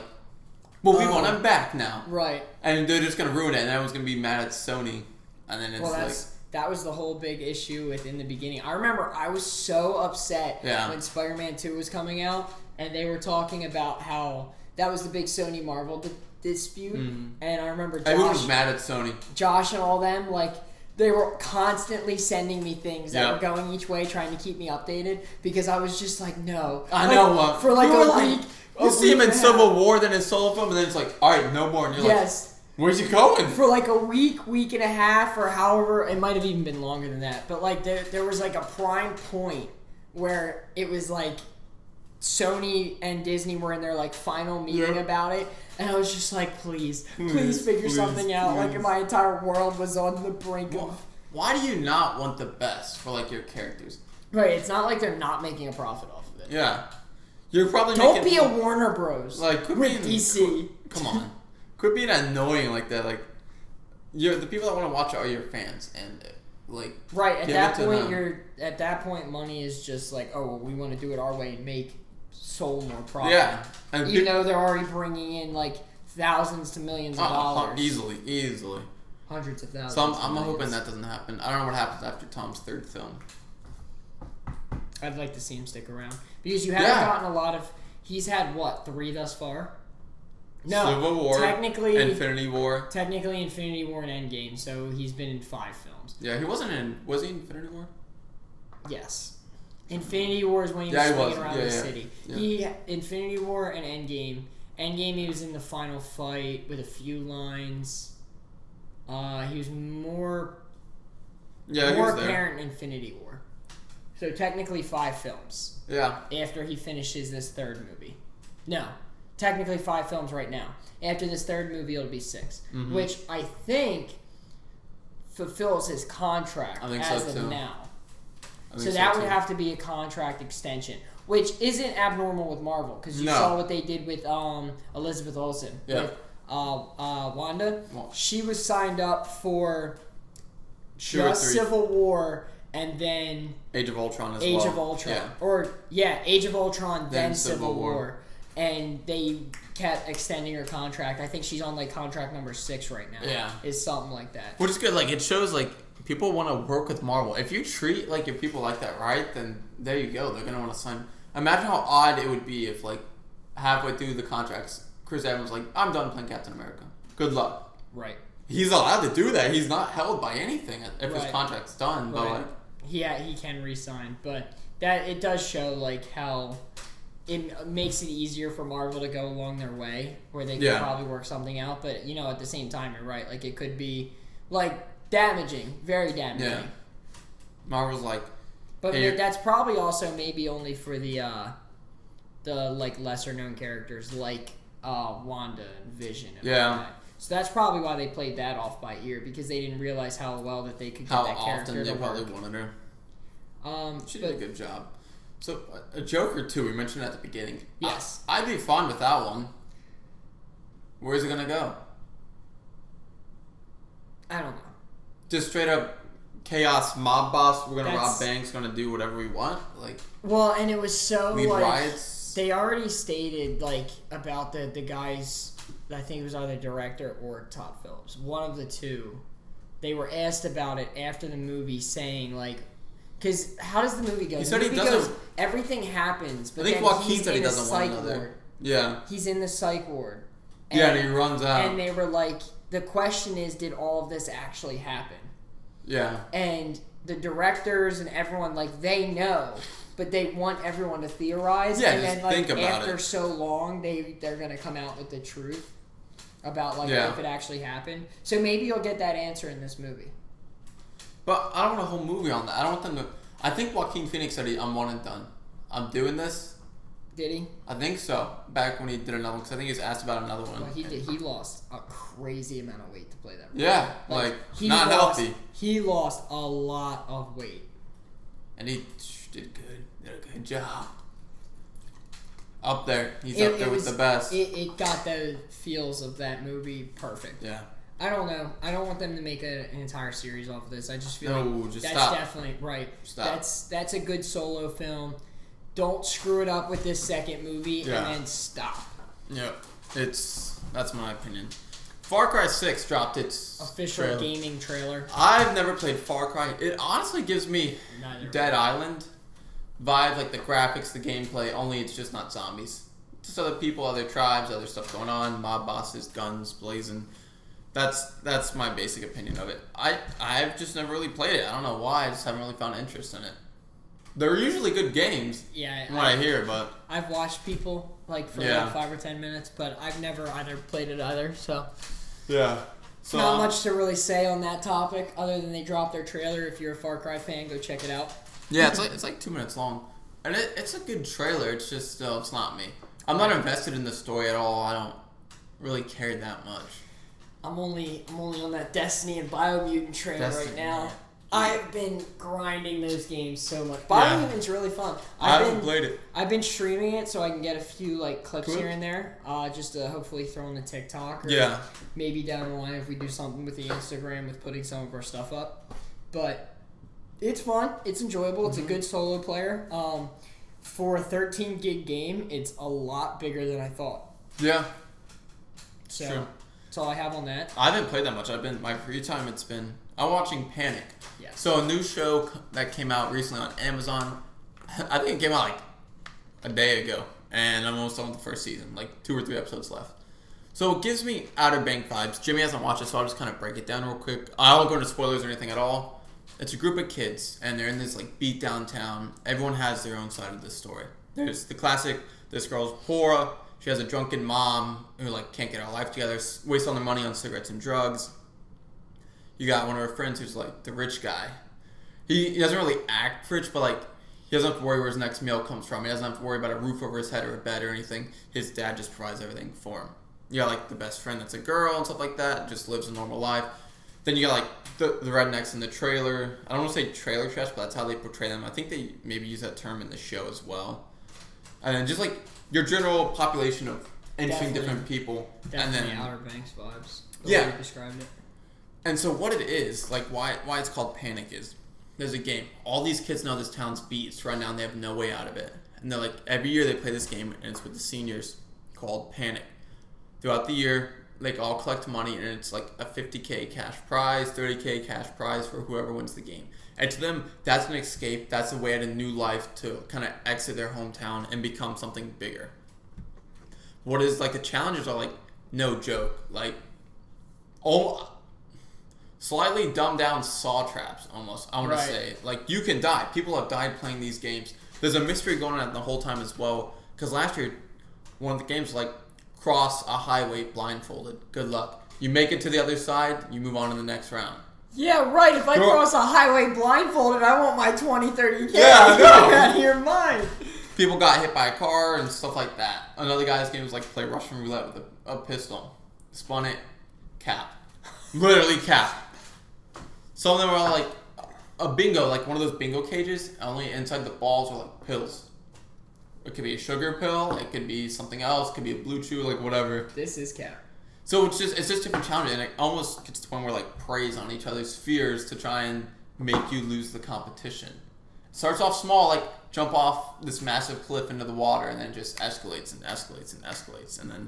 [SPEAKER 1] well, we
[SPEAKER 2] Oh.
[SPEAKER 1] want him back now,
[SPEAKER 2] right.
[SPEAKER 1] and they're just gonna ruin it, and everyone's gonna be mad at Sony, and then it's
[SPEAKER 2] Well,
[SPEAKER 1] like,
[SPEAKER 2] that's that was the whole big issue within the beginning. I remember I was so upset
[SPEAKER 1] Yeah.
[SPEAKER 2] when Spider-Man Two was coming out, and they were talking about how that was the big Sony Marvel di- dispute, and I remember
[SPEAKER 1] Mm-hmm. everyone
[SPEAKER 2] Josh,
[SPEAKER 1] was mad at Sony.
[SPEAKER 2] Josh and all them like. They were constantly sending me things that
[SPEAKER 1] Yeah.
[SPEAKER 2] were going each way, trying to keep me updated because I was just like, no.
[SPEAKER 1] I
[SPEAKER 2] Like,
[SPEAKER 1] know uh,
[SPEAKER 2] for like
[SPEAKER 1] you
[SPEAKER 2] a
[SPEAKER 1] were
[SPEAKER 2] week. a
[SPEAKER 1] You see him
[SPEAKER 2] week
[SPEAKER 1] in
[SPEAKER 2] and a
[SPEAKER 1] Civil War, then in Solo Film, and then it's like, all right, no more. And
[SPEAKER 2] half.
[SPEAKER 1] you're like,
[SPEAKER 2] Yes.
[SPEAKER 1] where's he going?
[SPEAKER 2] for like a week, week and a half, or however it might have even been longer than that. But like there, there was like a prime point where it was like Sony and Disney were in their like final meeting
[SPEAKER 1] Yeah.
[SPEAKER 2] about it, and I was just like, please, please,
[SPEAKER 1] Please,
[SPEAKER 2] figure
[SPEAKER 1] please,
[SPEAKER 2] something out. Like
[SPEAKER 1] please.
[SPEAKER 2] my entire world was on the brink of.
[SPEAKER 1] Why do you not want the best for like your characters?
[SPEAKER 2] Right, it's not like they're not making a profit off of it.
[SPEAKER 1] Yeah, you're probably
[SPEAKER 2] Don't
[SPEAKER 1] making,
[SPEAKER 2] be a E Warner Bros.
[SPEAKER 1] like quit
[SPEAKER 2] with
[SPEAKER 1] being
[SPEAKER 2] DC.
[SPEAKER 1] Come on, quit being annoying like that. Like, you're the people that want to watch are your fans, and uh, like,
[SPEAKER 2] Right at
[SPEAKER 1] Give it
[SPEAKER 2] that
[SPEAKER 1] to
[SPEAKER 2] point,
[SPEAKER 1] them.
[SPEAKER 2] you're at that point. Money is just like, oh, well, we want to do it our way and make sold more profit.
[SPEAKER 1] Yeah, and
[SPEAKER 2] Even
[SPEAKER 1] peop-
[SPEAKER 2] though they're already bringing in like thousands to millions of
[SPEAKER 1] uh, uh,
[SPEAKER 2] dollars,
[SPEAKER 1] easily, easily.
[SPEAKER 2] hundreds of thousands.
[SPEAKER 1] So I'm,
[SPEAKER 2] to
[SPEAKER 1] I'm hoping
[SPEAKER 2] millions.
[SPEAKER 1] that doesn't happen. I don't know what happens after Tom's third film.
[SPEAKER 2] I'd like to see him stick around because you haven't
[SPEAKER 1] Yeah.
[SPEAKER 2] gotten a lot of. He's had what three thus far? No,
[SPEAKER 1] Civil War,
[SPEAKER 2] technically,
[SPEAKER 1] Infinity War.
[SPEAKER 2] technically Infinity War and Endgame. So he's been in five films.
[SPEAKER 1] Yeah, he wasn't in. Was he in Infinity War?
[SPEAKER 2] Yes. Infinity War is when he was
[SPEAKER 1] Yeah, he
[SPEAKER 2] swinging
[SPEAKER 1] was.
[SPEAKER 2] around
[SPEAKER 1] Yeah,
[SPEAKER 2] the
[SPEAKER 1] yeah.
[SPEAKER 2] city.
[SPEAKER 1] Yeah.
[SPEAKER 2] He Infinity War and Endgame. Endgame, he was in the final fight with a few lines. Uh, he was more
[SPEAKER 1] Yeah, he
[SPEAKER 2] more
[SPEAKER 1] was there.
[SPEAKER 2] apparent in Infinity War. So technically five films
[SPEAKER 1] Yeah,
[SPEAKER 2] after he finishes this third movie. No, technically five films right now. After this third movie, it'll be 6
[SPEAKER 1] Mhm.
[SPEAKER 2] which I think fulfills his contract
[SPEAKER 1] I think so,
[SPEAKER 2] as of
[SPEAKER 1] too.
[SPEAKER 2] now.
[SPEAKER 1] I think
[SPEAKER 2] So that would
[SPEAKER 1] too.
[SPEAKER 2] have to be a contract extension, which isn't abnormal with Marvel because you
[SPEAKER 1] No.
[SPEAKER 2] saw what they did with um, Elizabeth Olsen
[SPEAKER 1] Yeah.
[SPEAKER 2] with uh, uh, Wanda.
[SPEAKER 1] Well-
[SPEAKER 2] She was signed up for
[SPEAKER 1] two or
[SPEAKER 2] just
[SPEAKER 1] three.
[SPEAKER 2] Civil War and then
[SPEAKER 1] Age of Ultron as
[SPEAKER 2] Age
[SPEAKER 1] well.
[SPEAKER 2] of Ultron,
[SPEAKER 1] Yeah.
[SPEAKER 2] or yeah, Age of Ultron, then,
[SPEAKER 1] Then
[SPEAKER 2] Civil,
[SPEAKER 1] Civil
[SPEAKER 2] War.
[SPEAKER 1] War.
[SPEAKER 2] and they kept extending her contract. I think she's on like contract number six right now.
[SPEAKER 1] Yeah.
[SPEAKER 2] is something like that.
[SPEAKER 1] Which is good. Like it shows like people want to work with Marvel. If you treat like your people like that right, then there you go. They're gonna want to sign. Imagine how odd it would be if like halfway through the contracts, Chris Evans was like, "I'm done playing Captain America. Good luck."
[SPEAKER 2] Right.
[SPEAKER 1] He's allowed to do that. He's not held by anything if
[SPEAKER 2] Right.
[SPEAKER 1] his contract's done. But
[SPEAKER 2] Right.
[SPEAKER 1] like,
[SPEAKER 2] Yeah, he can resign, but that it does show like how it makes it easier for Marvel to go along their way, where they can
[SPEAKER 1] Yeah.
[SPEAKER 2] probably work something out. But you know, at the same time, you're right. Like it could be like damaging, very damaging.
[SPEAKER 1] yeah, Marvel's like,
[SPEAKER 2] But
[SPEAKER 1] Hey, you're-
[SPEAKER 2] that's probably also maybe only for the uh the like lesser known characters like uh Wanda and Vision. And all
[SPEAKER 1] Yeah.
[SPEAKER 2] that. So that's probably why they played that off by ear because they didn't realize how well that they could get
[SPEAKER 1] how
[SPEAKER 2] that character
[SPEAKER 1] often they
[SPEAKER 2] to
[SPEAKER 1] probably
[SPEAKER 2] work.
[SPEAKER 1] wanted her.
[SPEAKER 2] Um,
[SPEAKER 1] She did
[SPEAKER 2] but
[SPEAKER 1] a good job. So a- a Joker too. We mentioned at the beginning.
[SPEAKER 2] Yes.
[SPEAKER 1] I, would be fine with that one. Where's it gonna go?
[SPEAKER 2] I don't know.
[SPEAKER 1] Just straight up chaos mob boss. We're gonna
[SPEAKER 2] That's-
[SPEAKER 1] rob banks. Gonna do whatever we want. Like
[SPEAKER 2] Well, and it was so
[SPEAKER 1] lead
[SPEAKER 2] like
[SPEAKER 1] riots.
[SPEAKER 2] they already stated like about the the guys. I think it was either director or Todd Phillips, one of the two. They were asked about it after the movie, saying like, "Cause how does the movie go?
[SPEAKER 1] He
[SPEAKER 2] The
[SPEAKER 1] said he
[SPEAKER 2] movie
[SPEAKER 1] doesn't-
[SPEAKER 2] goes- everything happens,
[SPEAKER 1] I
[SPEAKER 2] but
[SPEAKER 1] think
[SPEAKER 2] then
[SPEAKER 1] Joaquin
[SPEAKER 2] he's
[SPEAKER 1] said he
[SPEAKER 2] in the
[SPEAKER 1] doesn't want
[SPEAKER 2] psych
[SPEAKER 1] another.
[SPEAKER 2] ward.
[SPEAKER 1] Yeah.
[SPEAKER 2] He's in the psych ward.
[SPEAKER 1] yeah, uh, and he runs out.
[SPEAKER 2] and they were like, the question is, did all of this actually happen?
[SPEAKER 1] yeah.
[SPEAKER 2] and the directors and everyone like they know but they want everyone to theorize
[SPEAKER 1] Yeah,
[SPEAKER 2] and
[SPEAKER 1] just
[SPEAKER 2] then like
[SPEAKER 1] think about
[SPEAKER 2] after
[SPEAKER 1] it.
[SPEAKER 2] so long they they're gonna come out with the truth about like
[SPEAKER 1] Yeah.
[SPEAKER 2] if it actually happened so maybe you'll get that answer in this movie
[SPEAKER 1] But I don't want a whole movie on that. I don't want them to. I think Joaquin Phoenix said, he- "I'm one and done. I'm doing this."
[SPEAKER 2] did he
[SPEAKER 1] I think so. Back when he did another, because I think he was asked about another one.
[SPEAKER 2] well he did he lost a crazy amount of weight to play that role.
[SPEAKER 1] Yeah, like, not
[SPEAKER 2] lost,
[SPEAKER 1] healthy.
[SPEAKER 2] he lost a lot of weight
[SPEAKER 1] And he did good. Did a good job. Up there, he's
[SPEAKER 2] It-
[SPEAKER 1] up there
[SPEAKER 2] it
[SPEAKER 1] with
[SPEAKER 2] was-
[SPEAKER 1] the best.
[SPEAKER 2] it, it got the feels of that movie perfect
[SPEAKER 1] yeah.
[SPEAKER 2] I don't know. I don't want them to make a, an entire series off of this. I just feel
[SPEAKER 1] No,
[SPEAKER 2] like
[SPEAKER 1] just
[SPEAKER 2] that's
[SPEAKER 1] stop.
[SPEAKER 2] definitely right.
[SPEAKER 1] Stop.
[SPEAKER 2] That's that's a good solo film. Don't screw it up with this second movie
[SPEAKER 1] Yeah.
[SPEAKER 2] and then stop.
[SPEAKER 1] Yeah. It's that's my opinion. Far Cry Six dropped its
[SPEAKER 2] Official
[SPEAKER 1] trailer.
[SPEAKER 2] gaming trailer.
[SPEAKER 1] I've never played Far Cry. It honestly gives me
[SPEAKER 2] Neither.
[SPEAKER 1] Dead Island vibe, like the graphics, the gameplay. Only it's just not zombies. Just other people, other tribes, other stuff going on, mob bosses, guns blazing. That's that's my basic opinion of it. I I've just never really played it. I don't know why. I just haven't really found interest in it. They're usually good games,
[SPEAKER 2] Yeah,
[SPEAKER 1] from what
[SPEAKER 2] I,
[SPEAKER 1] I hear, but
[SPEAKER 2] I've watched people like for
[SPEAKER 1] Yeah.
[SPEAKER 2] like five or ten minutes, but I've never either played it either. So
[SPEAKER 1] yeah. So
[SPEAKER 2] not
[SPEAKER 1] um,
[SPEAKER 2] much to really say on that topic other than they dropped their trailer. If you're a Far Cry fan, go check it out.
[SPEAKER 1] Yeah, it's like it's like two minutes long, and it, it's a good trailer. It's just uh, it's not me. I'm not invested in the story at all. I don't really care that much.
[SPEAKER 2] I'm only I'm only on that Destiny and Biomutant train right
[SPEAKER 1] Destiny,
[SPEAKER 2] now.
[SPEAKER 1] yeah.
[SPEAKER 2] I've been grinding those games so much.
[SPEAKER 1] Yeah.
[SPEAKER 2] Biomutant's really fun.
[SPEAKER 1] I
[SPEAKER 2] I've
[SPEAKER 1] haven't
[SPEAKER 2] been
[SPEAKER 1] played it.
[SPEAKER 2] I've been streaming it so I can get a few like clips
[SPEAKER 1] Cool.
[SPEAKER 2] here and there. Uh, just to hopefully throw on the TikTok or
[SPEAKER 1] Yeah,
[SPEAKER 2] maybe down the line if we do something with the Instagram with putting some of our stuff
[SPEAKER 1] Mm-hmm.
[SPEAKER 2] up. But it's fun. It's enjoyable. It's a good solo player. Um, for a 13 gig game, it's a lot bigger than I thought.
[SPEAKER 1] Yeah,
[SPEAKER 2] So
[SPEAKER 1] Sure.
[SPEAKER 2] that's all I have on that.
[SPEAKER 1] I haven't played that much. I've been my free time. It's been I'm watching Panic.
[SPEAKER 2] Yes.
[SPEAKER 1] So a new show c- that came out recently on Amazon. I think it came out like a day ago, and I'm almost done with the first season. Like two or three episodes left. So it gives me Outer Bank vibes. Jimmy hasn't watched it, so I'll just kind of break it down real quick. I won't go into spoilers or anything at all. It's a group of kids, and they're in this like beat down town. Everyone has their own side of the story. There's the classic: this girl's poor. She has a drunken mom who like can't get her life together, s- wastes all their money on cigarettes and drugs. You got one of her friends who's like the rich guy. He, he doesn't really act rich, but like he doesn't have to worry where his next meal comes from. He doesn't have to worry about a roof over his head or a bed or anything. His dad just provides everything for him. You got like the best friend that's a girl and stuff like that, just lives a normal life. Then you got like the, the rednecks in the trailer. I don't want to say trailer trash, but that's how they portray them. I think they maybe use that term in the show as well. And then just like your general population of interesting
[SPEAKER 2] Definitely.
[SPEAKER 1] different people.
[SPEAKER 2] Definitely
[SPEAKER 1] and then
[SPEAKER 2] Outer Banks vibes. The
[SPEAKER 1] Yeah.
[SPEAKER 2] Way you described it.
[SPEAKER 1] and so what it is, like why why it's called panic is there's a game. All these kids know this town's beat. It's run down. They have no way out of it. And they're like every year they play this game, and it's with the seniors called Panic. Throughout the year, they all collect money, and it's like a 50k cash prize, 30k cash prize for whoever wins the game. And to them, that's an escape. That's a way at a new life to kind of exit their hometown and become something bigger. What is like the challenges are like no joke, like oh slightly dumbed down saw traps almost i want
[SPEAKER 2] Right.
[SPEAKER 1] to say like you can die people have died playing these games there's a mystery going on the whole time as well because last year one of the games like cross a highway blindfolded good luck you make it to the other side you move on to the next round
[SPEAKER 2] Yeah, right. If I
[SPEAKER 1] You're-
[SPEAKER 2] cross a highway blindfolded, I want my 20, 30 k.
[SPEAKER 1] Yeah, I know.
[SPEAKER 2] out here mine.
[SPEAKER 1] people got hit by a car and stuff like that another guy's game was like play russian roulette with a, a pistol spun it cap literally cap some of them are like a bingo like one of those bingo cages only inside the balls are like pills it could be a sugar pill it could be something else it could be a blue chew like whatever
[SPEAKER 2] This is cat.
[SPEAKER 1] so it's just it's just different challenges and it almost gets to the point where like preys on each other's fears to try and make you lose the competition starts off small like jump off this massive cliff into the water and then just escalates and escalates and escalates and then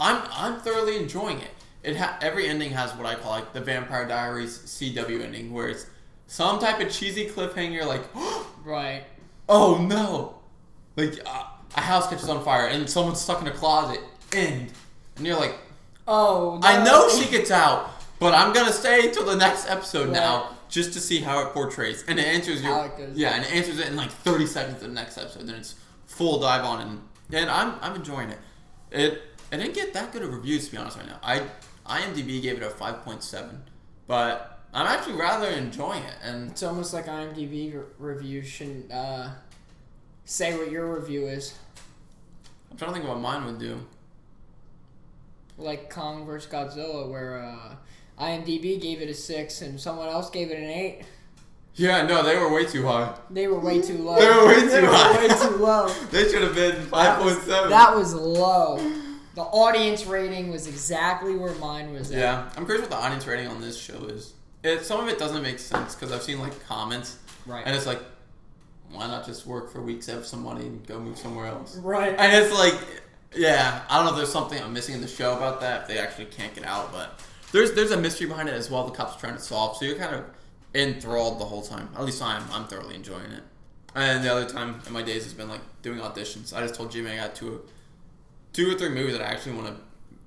[SPEAKER 1] i'm i'm thoroughly enjoying it it ha- every ending has what i call like the vampire diaries cw ending where it's some type of cheesy cliffhanger like
[SPEAKER 2] Right.
[SPEAKER 1] oh no like uh, a house catches on fire and someone's stuck in a closet end and you're like
[SPEAKER 2] Oh.
[SPEAKER 1] i
[SPEAKER 2] no.
[SPEAKER 1] know she gets out but i'm gonna stay till the next episode
[SPEAKER 2] Right.
[SPEAKER 1] now just to see how it portrays and it answers your
[SPEAKER 2] How it goes.
[SPEAKER 1] yeah and it answers it in like 30 seconds of the next episode then it's full dive on and and i'm i'm enjoying it it i didn't get that good of reviews to be honest right now i imdb gave it a 5.7 but i'm actually rather enjoying it and
[SPEAKER 2] It's almost like IMDb re- review shouldn't uh, say what your review is.
[SPEAKER 1] i'm trying to think of what mine would do
[SPEAKER 2] Like Kong vs. Godzilla, where uh, IMDb gave it a 6 and someone else gave it an 8.
[SPEAKER 1] yeah no they were way too high
[SPEAKER 2] They were way too low.
[SPEAKER 1] They were way too
[SPEAKER 2] were
[SPEAKER 1] high.
[SPEAKER 2] way too low.
[SPEAKER 1] They should have been
[SPEAKER 2] That
[SPEAKER 1] five
[SPEAKER 2] was-
[SPEAKER 1] point seven.
[SPEAKER 2] That was low. The audience rating was exactly where mine was at.
[SPEAKER 1] yeah, I'm curious what the audience rating on this show is. It, some of it doesn't make sense because I've seen like comments,
[SPEAKER 2] Right.
[SPEAKER 1] and it's like, why not just work for weeks, have some money, and go move somewhere else?
[SPEAKER 2] right.
[SPEAKER 1] And it's like, yeah, I don't know. if There's something I'm missing in the show about that. If they actually can't get out, but there's there's a mystery behind it as well. The cops are trying to solve, so you're kind of enthralled the whole time. At least I'm I'm thoroughly enjoying it. And the other time in my days has been like doing auditions. I just told Jimmy I got two, two or three movies that I actually want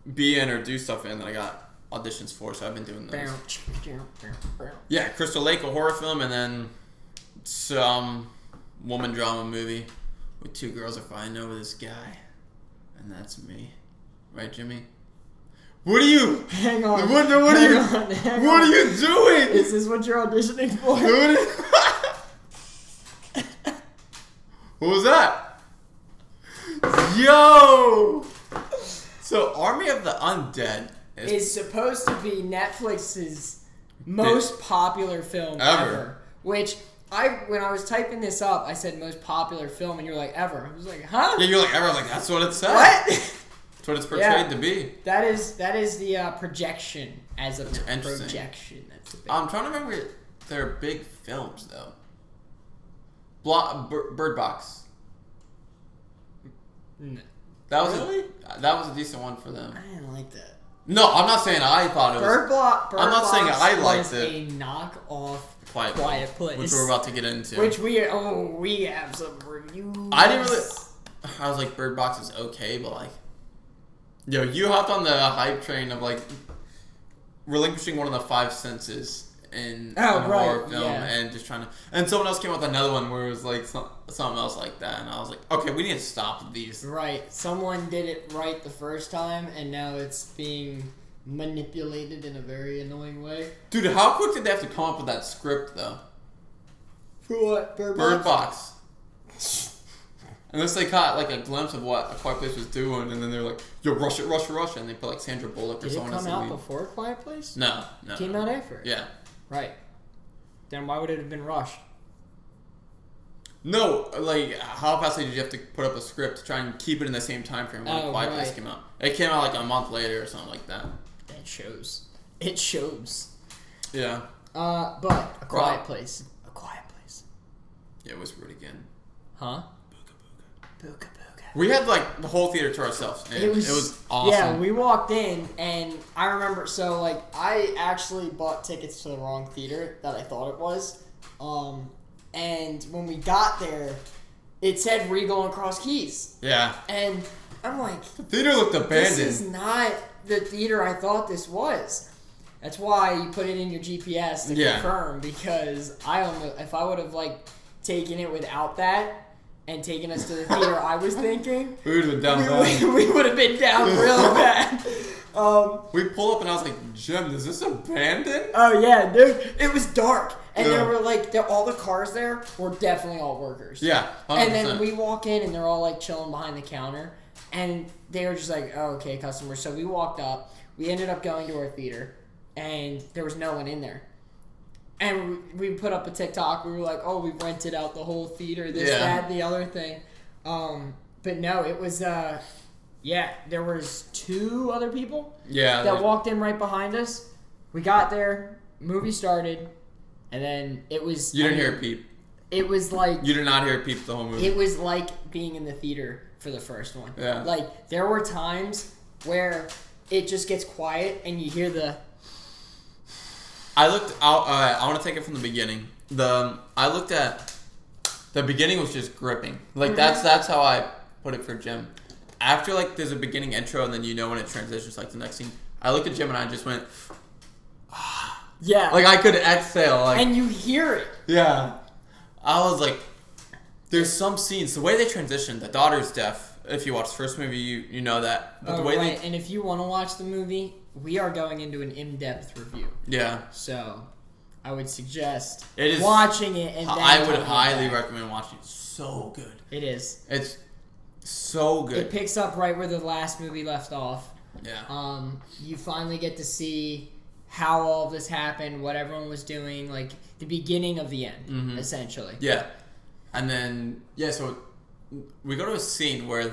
[SPEAKER 1] to be in or do stuff in that I got auditions for. So I've been doing those.
[SPEAKER 2] Bounce, bounce, bounce, bounce.
[SPEAKER 1] Yeah, Crystal Lake, a horror film, and then some woman drama movie with two girls are fighting over this guy, and that's me, right, Jimmy? What are you?
[SPEAKER 2] Hang on.
[SPEAKER 1] What- what are
[SPEAKER 2] hang
[SPEAKER 1] you-
[SPEAKER 2] on, hang
[SPEAKER 1] What
[SPEAKER 2] on.
[SPEAKER 1] are you doing?
[SPEAKER 2] Is this what you're auditioning for?
[SPEAKER 1] What are- what was that? Yo! So, Army of the Undead is
[SPEAKER 2] Is supposed to be Netflix's most popular film ever.
[SPEAKER 1] Ever.
[SPEAKER 2] Which I, when I was typing this up, I said most popular film, and you're like ever. I was like, huh?
[SPEAKER 1] yeah, you're like, everyone's like, that's what it says.
[SPEAKER 2] What?
[SPEAKER 1] That's what it's portrayed
[SPEAKER 2] Yeah.
[SPEAKER 1] to be.
[SPEAKER 2] that is that is the uh, projection as of now.
[SPEAKER 1] Interesting. Um,
[SPEAKER 2] projection. That's the big.
[SPEAKER 1] I'm trying to remember their big films though. Blo- Bir- Bird Box.
[SPEAKER 2] No.
[SPEAKER 1] That was
[SPEAKER 2] Really?
[SPEAKER 1] a, that was a decent one for them.
[SPEAKER 2] Hmm. I didn't like that.
[SPEAKER 1] No, I'm not saying I thought it was
[SPEAKER 2] Bird Block. Bird
[SPEAKER 1] I'm not saying
[SPEAKER 2] Box
[SPEAKER 1] I liked
[SPEAKER 2] was
[SPEAKER 1] it.
[SPEAKER 2] A knockoff
[SPEAKER 1] Quiet,
[SPEAKER 2] Quiet
[SPEAKER 1] Place,
[SPEAKER 2] Place,
[SPEAKER 1] which we're about to get into.
[SPEAKER 2] which we oh we have some reviews.
[SPEAKER 1] I didn't really. I was like, Bird Box is okay, but like, yo, you hopped on the hype train of like relinquishing one of the five senses in,
[SPEAKER 2] Oh,
[SPEAKER 1] in a
[SPEAKER 2] right,
[SPEAKER 1] horror film
[SPEAKER 2] yeah.
[SPEAKER 1] and just trying to. And someone else came up with another one where it was like some, something else like that, and I was like, okay, we need to stop these.
[SPEAKER 2] Right, someone did it right the first time, and now it's being manipulated in a very annoying way.
[SPEAKER 1] Dude, how quick did they have to come up with that script though?
[SPEAKER 2] For what? Bird,
[SPEAKER 1] Bird
[SPEAKER 2] Box?
[SPEAKER 1] Box. Unless they caught like a glimpse of what a Quiet Place was doing, and then they're like, "Yo, rush it, rush it, rush!" it, and they put like Sandra Bullock or
[SPEAKER 2] Did it
[SPEAKER 1] someone
[SPEAKER 2] come
[SPEAKER 1] else.
[SPEAKER 2] out before Quiet Place?
[SPEAKER 1] No, no.
[SPEAKER 2] It came out after. it.
[SPEAKER 1] Yeah.
[SPEAKER 2] Right. Then why would it have been rushed?
[SPEAKER 1] No, like how fast did you have to put up a script to try and keep it in the same time frame when
[SPEAKER 2] Oh,
[SPEAKER 1] Quiet Place
[SPEAKER 2] right.
[SPEAKER 1] came out? It came out like a month later or something like that.
[SPEAKER 2] That shows. It shows.
[SPEAKER 1] Yeah,
[SPEAKER 2] Uh, but a quiet
[SPEAKER 1] Rob.
[SPEAKER 2] place. A quiet place.
[SPEAKER 1] yeah, whisper it again.
[SPEAKER 2] Huh? Booga booga.
[SPEAKER 1] We had like the whole theater to ourselves. And it was awesome.
[SPEAKER 2] Yeah, we walked in and I remember. So like, I actually bought tickets to the wrong theater that I thought it was. Um, and when we got there, it said Regal and Cross Keys,
[SPEAKER 1] yeah,
[SPEAKER 2] and I'm like,
[SPEAKER 1] the theater looked abandoned.
[SPEAKER 2] this is not the theater I thought this was. That's why you put it in your GPS to
[SPEAKER 1] Yeah.
[SPEAKER 2] confirm because I almost, if I would have like taken it without that and taken us to the theater I was thinking,
[SPEAKER 1] we would have been down
[SPEAKER 2] we,
[SPEAKER 1] bad.
[SPEAKER 2] would- we would have been down real bad. Um,
[SPEAKER 1] We pull up and I was like, Jim, is this abandoned?
[SPEAKER 2] oh yeah, dude, it was dark, and
[SPEAKER 1] Yeah.
[SPEAKER 2] there were like there, all the cars there were definitely all workers.
[SPEAKER 1] Yeah, 100%.
[SPEAKER 2] And then we walk in and they're all like chilling behind the counter. And they were just like, oh, okay, customers. So we walked up. We ended up going to our theater and there was no one in there. And we we put up a TikTok. We were like, oh, we rented out the whole theater, this,
[SPEAKER 1] Yeah.
[SPEAKER 2] that, the other thing. Um, but no, it was, uh, yeah, there was two other people
[SPEAKER 1] yeah,
[SPEAKER 2] that
[SPEAKER 1] there's-
[SPEAKER 2] walked in right behind us. We got there, movie started, and then it was.
[SPEAKER 1] you didn't
[SPEAKER 2] I
[SPEAKER 1] hear
[SPEAKER 2] mean,
[SPEAKER 1] a peep.
[SPEAKER 2] It was like
[SPEAKER 1] You did not hear a peep the whole movie.
[SPEAKER 2] it was like being in the theater for the first one.
[SPEAKER 1] Yeah.
[SPEAKER 2] Like there were times where it just gets quiet and you hear the
[SPEAKER 1] I looked out. Uh, I want to take it from the beginning. The um, I looked at the beginning was just gripping. Like
[SPEAKER 2] Mm-hmm.
[SPEAKER 1] that's that's how I put it for Jim. After like there's a beginning intro and then you know when it transitions like the next scene. I looked at Jim and I just went
[SPEAKER 2] yeah.
[SPEAKER 1] like I could exhale like
[SPEAKER 2] and you hear it.
[SPEAKER 1] yeah. I was like, there's some scenes the way they transition. The daughter's deaf. If you watch the first movie, you you know that. But the
[SPEAKER 2] Oh,
[SPEAKER 1] way
[SPEAKER 2] right. And if you want to watch the movie, we are going into an in-depth review.
[SPEAKER 1] they yeah,
[SPEAKER 2] So I would suggest
[SPEAKER 1] It is-
[SPEAKER 2] watching it and
[SPEAKER 1] I
[SPEAKER 2] then
[SPEAKER 1] I would
[SPEAKER 2] talking
[SPEAKER 1] highly
[SPEAKER 2] about it.
[SPEAKER 1] recommend watching. It's so good.
[SPEAKER 2] It is.
[SPEAKER 1] It's so
[SPEAKER 2] It
[SPEAKER 1] good.
[SPEAKER 2] picks up right where the last movie left off.
[SPEAKER 1] Yeah.
[SPEAKER 2] Um, you finally get to see how all this happened, what everyone was doing, like the beginning of the end, essentially.
[SPEAKER 1] Mm-hmm. Yeah. And then yeah, so we go to a scene where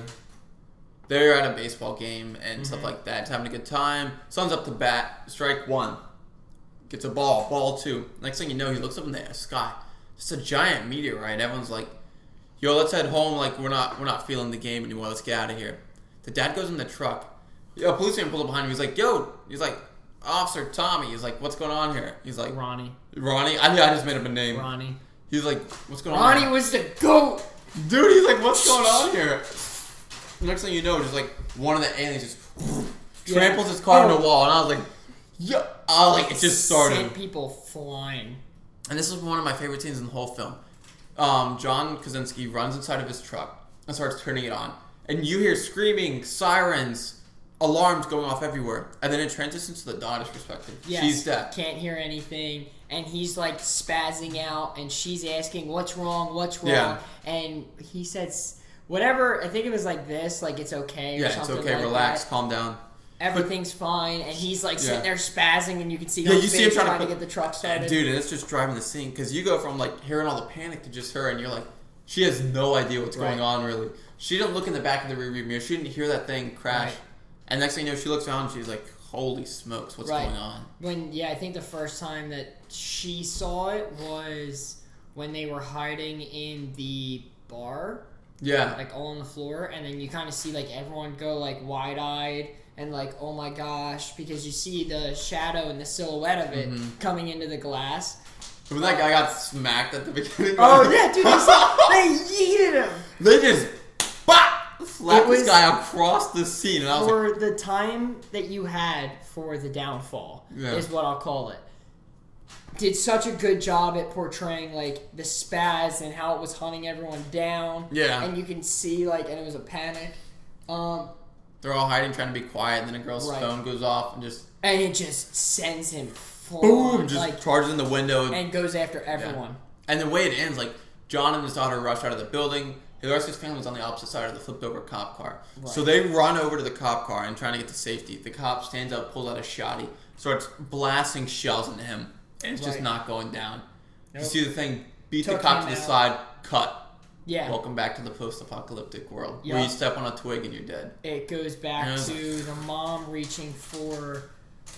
[SPEAKER 1] they're at a baseball game and stuff like that, just having a good time. Sun's up to bat, strike one. Gets a ball, ball two. Next thing you know, he looks up in the sky. Just a giant meteorite. Everyone's like, yo, let's head home, like we're not we're not feeling the game anymore, let's get out of here. The dad goes in the truck. A policeman pulls up behind him, he's like, yo, he's like, Officer Tommy, he's like, what's going on here? He's like,
[SPEAKER 2] Ronnie,
[SPEAKER 1] Ronnie? I, I just made up a name.
[SPEAKER 2] Ronnie,
[SPEAKER 1] He's like, what's going on?
[SPEAKER 2] Ronnie was the goat.
[SPEAKER 1] Dude, he's like, what's going on here? Next thing you know, just like one of the aliens just
[SPEAKER 2] Yeah.
[SPEAKER 1] tramples his car into
[SPEAKER 2] Oh.
[SPEAKER 1] a wall, and I was like, yeah, I was like, it just started.
[SPEAKER 2] Sent people flying.
[SPEAKER 1] And this is one of my favorite scenes in the whole film. Um, John Krasinski runs inside of his truck and starts turning it on, and you hear screaming, sirens, alarms going off everywhere, and then it transitions to the daughter's perspective.
[SPEAKER 2] Yes,
[SPEAKER 1] She's deaf.
[SPEAKER 2] Can't hear anything, and he's like spazzing out, and she's asking, "What's wrong? What's wrong?"
[SPEAKER 1] Yeah.
[SPEAKER 2] And he says, "Whatever." I think it was like this, like it's okay. or
[SPEAKER 1] Yeah, it's
[SPEAKER 2] something
[SPEAKER 1] okay.
[SPEAKER 2] like
[SPEAKER 1] relax,
[SPEAKER 2] that.
[SPEAKER 1] calm down.
[SPEAKER 2] Everything's fine, and he's like
[SPEAKER 1] Yeah.
[SPEAKER 2] sitting there spazzing, and you can see
[SPEAKER 1] Yeah,
[SPEAKER 2] him
[SPEAKER 1] you see him
[SPEAKER 2] face
[SPEAKER 1] trying to
[SPEAKER 2] trying to
[SPEAKER 1] put-
[SPEAKER 2] get the truck
[SPEAKER 1] And
[SPEAKER 2] started.
[SPEAKER 1] dude, and it's just driving the scene because you go from like hearing all the panic to just her, and you're like, she has no idea what's going
[SPEAKER 2] Right.
[SPEAKER 1] on really. She didn't look in the back of the rearview mirror. She didn't hear that thing crash.
[SPEAKER 2] Right.
[SPEAKER 1] And next thing you know, she looks around and she's like, "Holy smokes, what's
[SPEAKER 2] Right.
[SPEAKER 1] going on?"
[SPEAKER 2] When yeah, I think the first time that she saw it was when they were hiding in the bar
[SPEAKER 1] Yeah.
[SPEAKER 2] like all on the floor, and then you kind of see like everyone go like wide eyed and like oh my gosh because you see the shadow and the silhouette of it
[SPEAKER 1] Mhm.
[SPEAKER 2] coming into the glass.
[SPEAKER 1] When that guy got smacked at the beginning.
[SPEAKER 2] Oh yeah, dude, they, they yeeted him.
[SPEAKER 1] They just bop, slapped
[SPEAKER 2] It was-
[SPEAKER 1] this guy across the scene, and I was like,
[SPEAKER 2] for the time that you had for the downfall
[SPEAKER 1] Yeah.
[SPEAKER 2] is what I'll call it. Did such a good job at portraying like the spaz and how it was hunting everyone down.
[SPEAKER 1] Yeah.
[SPEAKER 2] and you can see like, and it was a panic. Um,
[SPEAKER 1] they're all hiding, trying to be quiet, and then a girl's
[SPEAKER 2] Right.
[SPEAKER 1] phone goes off and just
[SPEAKER 2] and it just sends him
[SPEAKER 1] boom,
[SPEAKER 2] full
[SPEAKER 1] just
[SPEAKER 2] like,
[SPEAKER 1] charges in the window. And,
[SPEAKER 2] and goes after everyone.
[SPEAKER 1] the way it ends, like John and his daughter rush out of the building. The rest of his family's on the opposite side of the flipped over cop car. So
[SPEAKER 2] Right.
[SPEAKER 1] they run over to the cop car and trying to get to safety. The cop stands up, pulls out a shotty, starts blasting shells into him, and it's just
[SPEAKER 2] Right.
[SPEAKER 1] not going down. You
[SPEAKER 2] Nope.
[SPEAKER 1] see the thing beat
[SPEAKER 2] Took
[SPEAKER 1] the cop to
[SPEAKER 2] him
[SPEAKER 1] the
[SPEAKER 2] out.
[SPEAKER 1] side, cut.
[SPEAKER 2] Yeah,
[SPEAKER 1] Welcome back to the post-apocalyptic world
[SPEAKER 2] Yeah.
[SPEAKER 1] where you step on a twig and you're dead.
[SPEAKER 2] it goes back
[SPEAKER 1] Yeah.
[SPEAKER 2] to the mom reaching for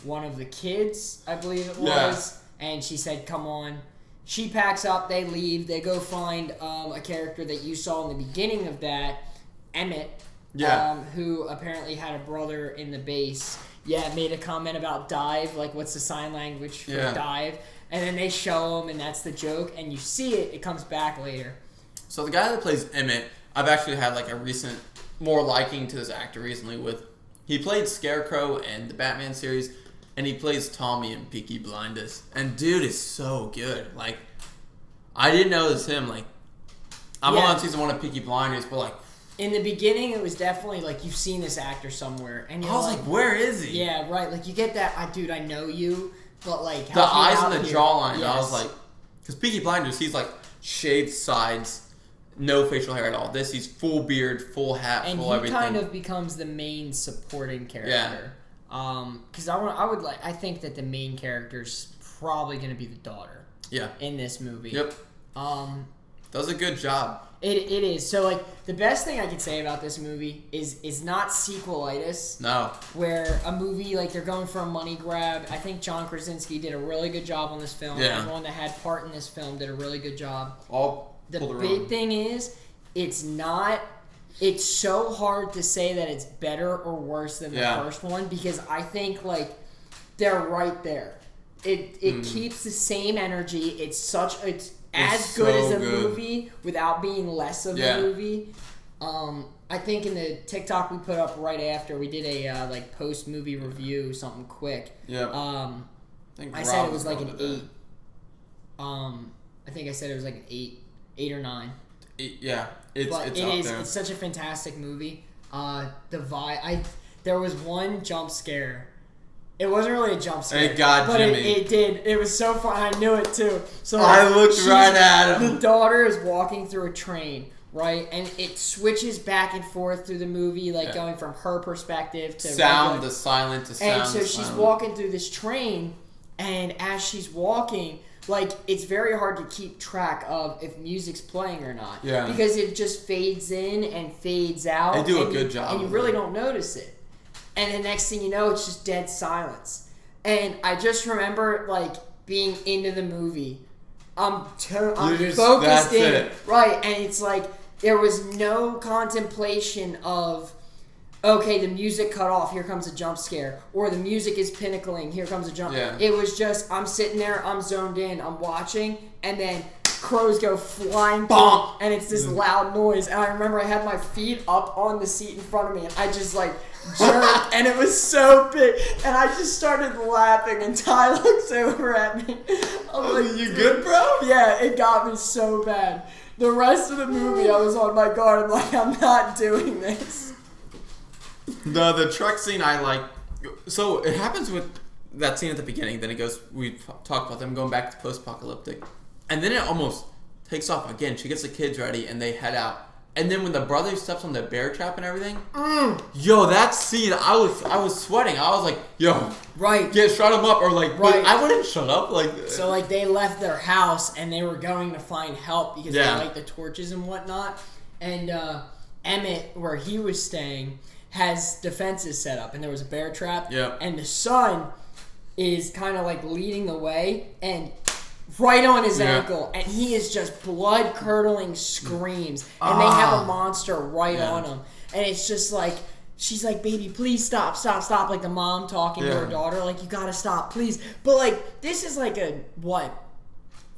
[SPEAKER 2] one of the kids, I believe it
[SPEAKER 1] Yeah.
[SPEAKER 2] was, and she said, "Come on." She packs up. They leave. They go find um, a character that you saw in the beginning of that, Emmett,
[SPEAKER 1] Yeah.
[SPEAKER 2] um, who apparently had a brother in the base. Yeah, made a comment about dive, like what's the sign language for
[SPEAKER 1] Yeah.
[SPEAKER 2] dive, and then they show him, and that's the joke, and you see it. It comes back later.
[SPEAKER 1] So the guy that plays Emmett, I've actually had like a recent more liking to this actor recently with he played Scarecrow in the Batman series and he plays Tommy in Peaky Blinders. And dude is so good. Like I didn't know it was him, like I'm
[SPEAKER 2] Yeah.
[SPEAKER 1] on season one of Peaky Blinders, but like
[SPEAKER 2] In the beginning, it was definitely like you've seen this actor somewhere, and you're
[SPEAKER 1] I was
[SPEAKER 2] like
[SPEAKER 1] like, where is he?
[SPEAKER 2] Yeah, right. Like you get that, I dude, I know you, but like
[SPEAKER 1] The
[SPEAKER 2] help me
[SPEAKER 1] eyes
[SPEAKER 2] out
[SPEAKER 1] and the
[SPEAKER 2] here."
[SPEAKER 1] jawline, I
[SPEAKER 2] Yes.
[SPEAKER 1] was like because Peaky Blinders, he's like shaved sides, no facial hair at all. This he's full beard, full hat,
[SPEAKER 2] and
[SPEAKER 1] full
[SPEAKER 2] he
[SPEAKER 1] everything.
[SPEAKER 2] kind of becomes the main supporting character. Um, because I want, I would like, I think that the main character's probably gonna be the daughter
[SPEAKER 1] yeah.
[SPEAKER 2] in this movie.
[SPEAKER 1] Yep.
[SPEAKER 2] Um,
[SPEAKER 1] Does a good job.
[SPEAKER 2] it, it is so like the best thing I could say about this movie is is not sequelitis.
[SPEAKER 1] No.
[SPEAKER 2] where a movie like they're going for a money grab. I think John Krasinski did a really good job on this film.
[SPEAKER 1] Yeah.
[SPEAKER 2] Everyone that had part in this film did a really good job.
[SPEAKER 1] All
[SPEAKER 2] The
[SPEAKER 1] pulled
[SPEAKER 2] big
[SPEAKER 1] around.
[SPEAKER 2] thing is, it's not. It's so hard to say that it's better or worse than the
[SPEAKER 1] Yeah.
[SPEAKER 2] first one because I think like they're right there. It it keeps the same energy. It's such it's as
[SPEAKER 1] Mm. It's
[SPEAKER 2] good as
[SPEAKER 1] so
[SPEAKER 2] a
[SPEAKER 1] good.
[SPEAKER 2] movie without being less of
[SPEAKER 1] Yeah.
[SPEAKER 2] a movie. Um, I think in the TikTok we put up right after we did a uh, like post movie review something quick.
[SPEAKER 1] Yeah.
[SPEAKER 2] Um,
[SPEAKER 1] think
[SPEAKER 2] I said
[SPEAKER 1] Rob
[SPEAKER 2] it was like
[SPEAKER 1] going
[SPEAKER 2] an
[SPEAKER 1] to
[SPEAKER 2] eight.
[SPEAKER 1] bed.
[SPEAKER 2] Um, I think I said it was like an eight, eight or nine.
[SPEAKER 1] Eight, Yeah, it's
[SPEAKER 2] But
[SPEAKER 1] it's
[SPEAKER 2] it
[SPEAKER 1] up
[SPEAKER 2] is.
[SPEAKER 1] there.
[SPEAKER 2] It's such a fantastic movie. Uh, the vibe. I there was one jump scare. It wasn't really a jump scare.
[SPEAKER 1] Thank God,
[SPEAKER 2] but It,
[SPEAKER 1] Jimmy.
[SPEAKER 2] it did. It was so fun. I knew it too. So
[SPEAKER 1] I looked
[SPEAKER 2] she's-
[SPEAKER 1] right at him.
[SPEAKER 2] The daughter is walking through a train. Right, and it switches back and forth through the movie, like
[SPEAKER 1] Yeah.
[SPEAKER 2] going from her perspective to
[SPEAKER 1] sound
[SPEAKER 2] regular-
[SPEAKER 1] the silent to sound.
[SPEAKER 2] and so
[SPEAKER 1] the
[SPEAKER 2] she's
[SPEAKER 1] silent.
[SPEAKER 2] walking through this train, and as she's walking, like it's very hard to keep track of if music's playing or not.
[SPEAKER 1] Yeah.
[SPEAKER 2] Because it just fades in and fades out.
[SPEAKER 1] They do a
[SPEAKER 2] and
[SPEAKER 1] good
[SPEAKER 2] you-
[SPEAKER 1] job
[SPEAKER 2] And you
[SPEAKER 1] of
[SPEAKER 2] really
[SPEAKER 1] it.
[SPEAKER 2] don't notice it. And the next thing you know, it's just dead silence. And I just remember like being into the movie. I'm, to- I'm
[SPEAKER 1] You're just-
[SPEAKER 2] focused
[SPEAKER 1] that's
[SPEAKER 2] in.
[SPEAKER 1] it.
[SPEAKER 2] Right, and it's like there was no contemplation of okay, the music cut off, here comes a jump scare, or the music is pinnacling, here comes a jump.
[SPEAKER 1] Yeah.
[SPEAKER 2] It was just I'm sitting there, I'm zoned in, I'm watching, and then crows go flying
[SPEAKER 1] Bonk.
[SPEAKER 2] and it's this loud noise and I remember I had my feet up on the seat in front of me and I just like jerked and it was so big and I just started laughing and Ty looks over at me. I'm like,
[SPEAKER 1] Oh, You good, bro?
[SPEAKER 2] yeah, it got me so bad. The rest of the movie, I was on my guard. I'm like, I'm not doing this.
[SPEAKER 1] The the truck scene I like. So it happens with that scene at the beginning. Then it goes. We talk about them going back to post apocalyptic, and then it almost takes off again. She gets the kids ready, and they head out. And then when the brother steps on the bear trap and everything,
[SPEAKER 2] Mm.
[SPEAKER 1] yo, that scene, I was I was sweating. I was like, yo,
[SPEAKER 2] Right.
[SPEAKER 1] Yeah, shut him up, or like, but
[SPEAKER 2] Right.
[SPEAKER 1] I wouldn't shut up, like.
[SPEAKER 2] So like they left their house and they were going to find help because
[SPEAKER 1] Yeah.
[SPEAKER 2] they like the torches and whatnot. And uh, Emmett, where he was staying, has defenses set up and there was a bear trap.
[SPEAKER 1] Yeah.
[SPEAKER 2] And the son is kind of like leading the way and right on his
[SPEAKER 1] Yeah.
[SPEAKER 2] ankle, and he is just blood curdling screams, and they have
[SPEAKER 1] Ah.
[SPEAKER 2] a monster right
[SPEAKER 1] Yeah.
[SPEAKER 2] on him, and it's just like. She's like, baby, please stop, stop, stop. Like the mom talking to her
[SPEAKER 1] Yeah.
[SPEAKER 2] daughter, like, you gotta stop, please. But, like, this is like a, what,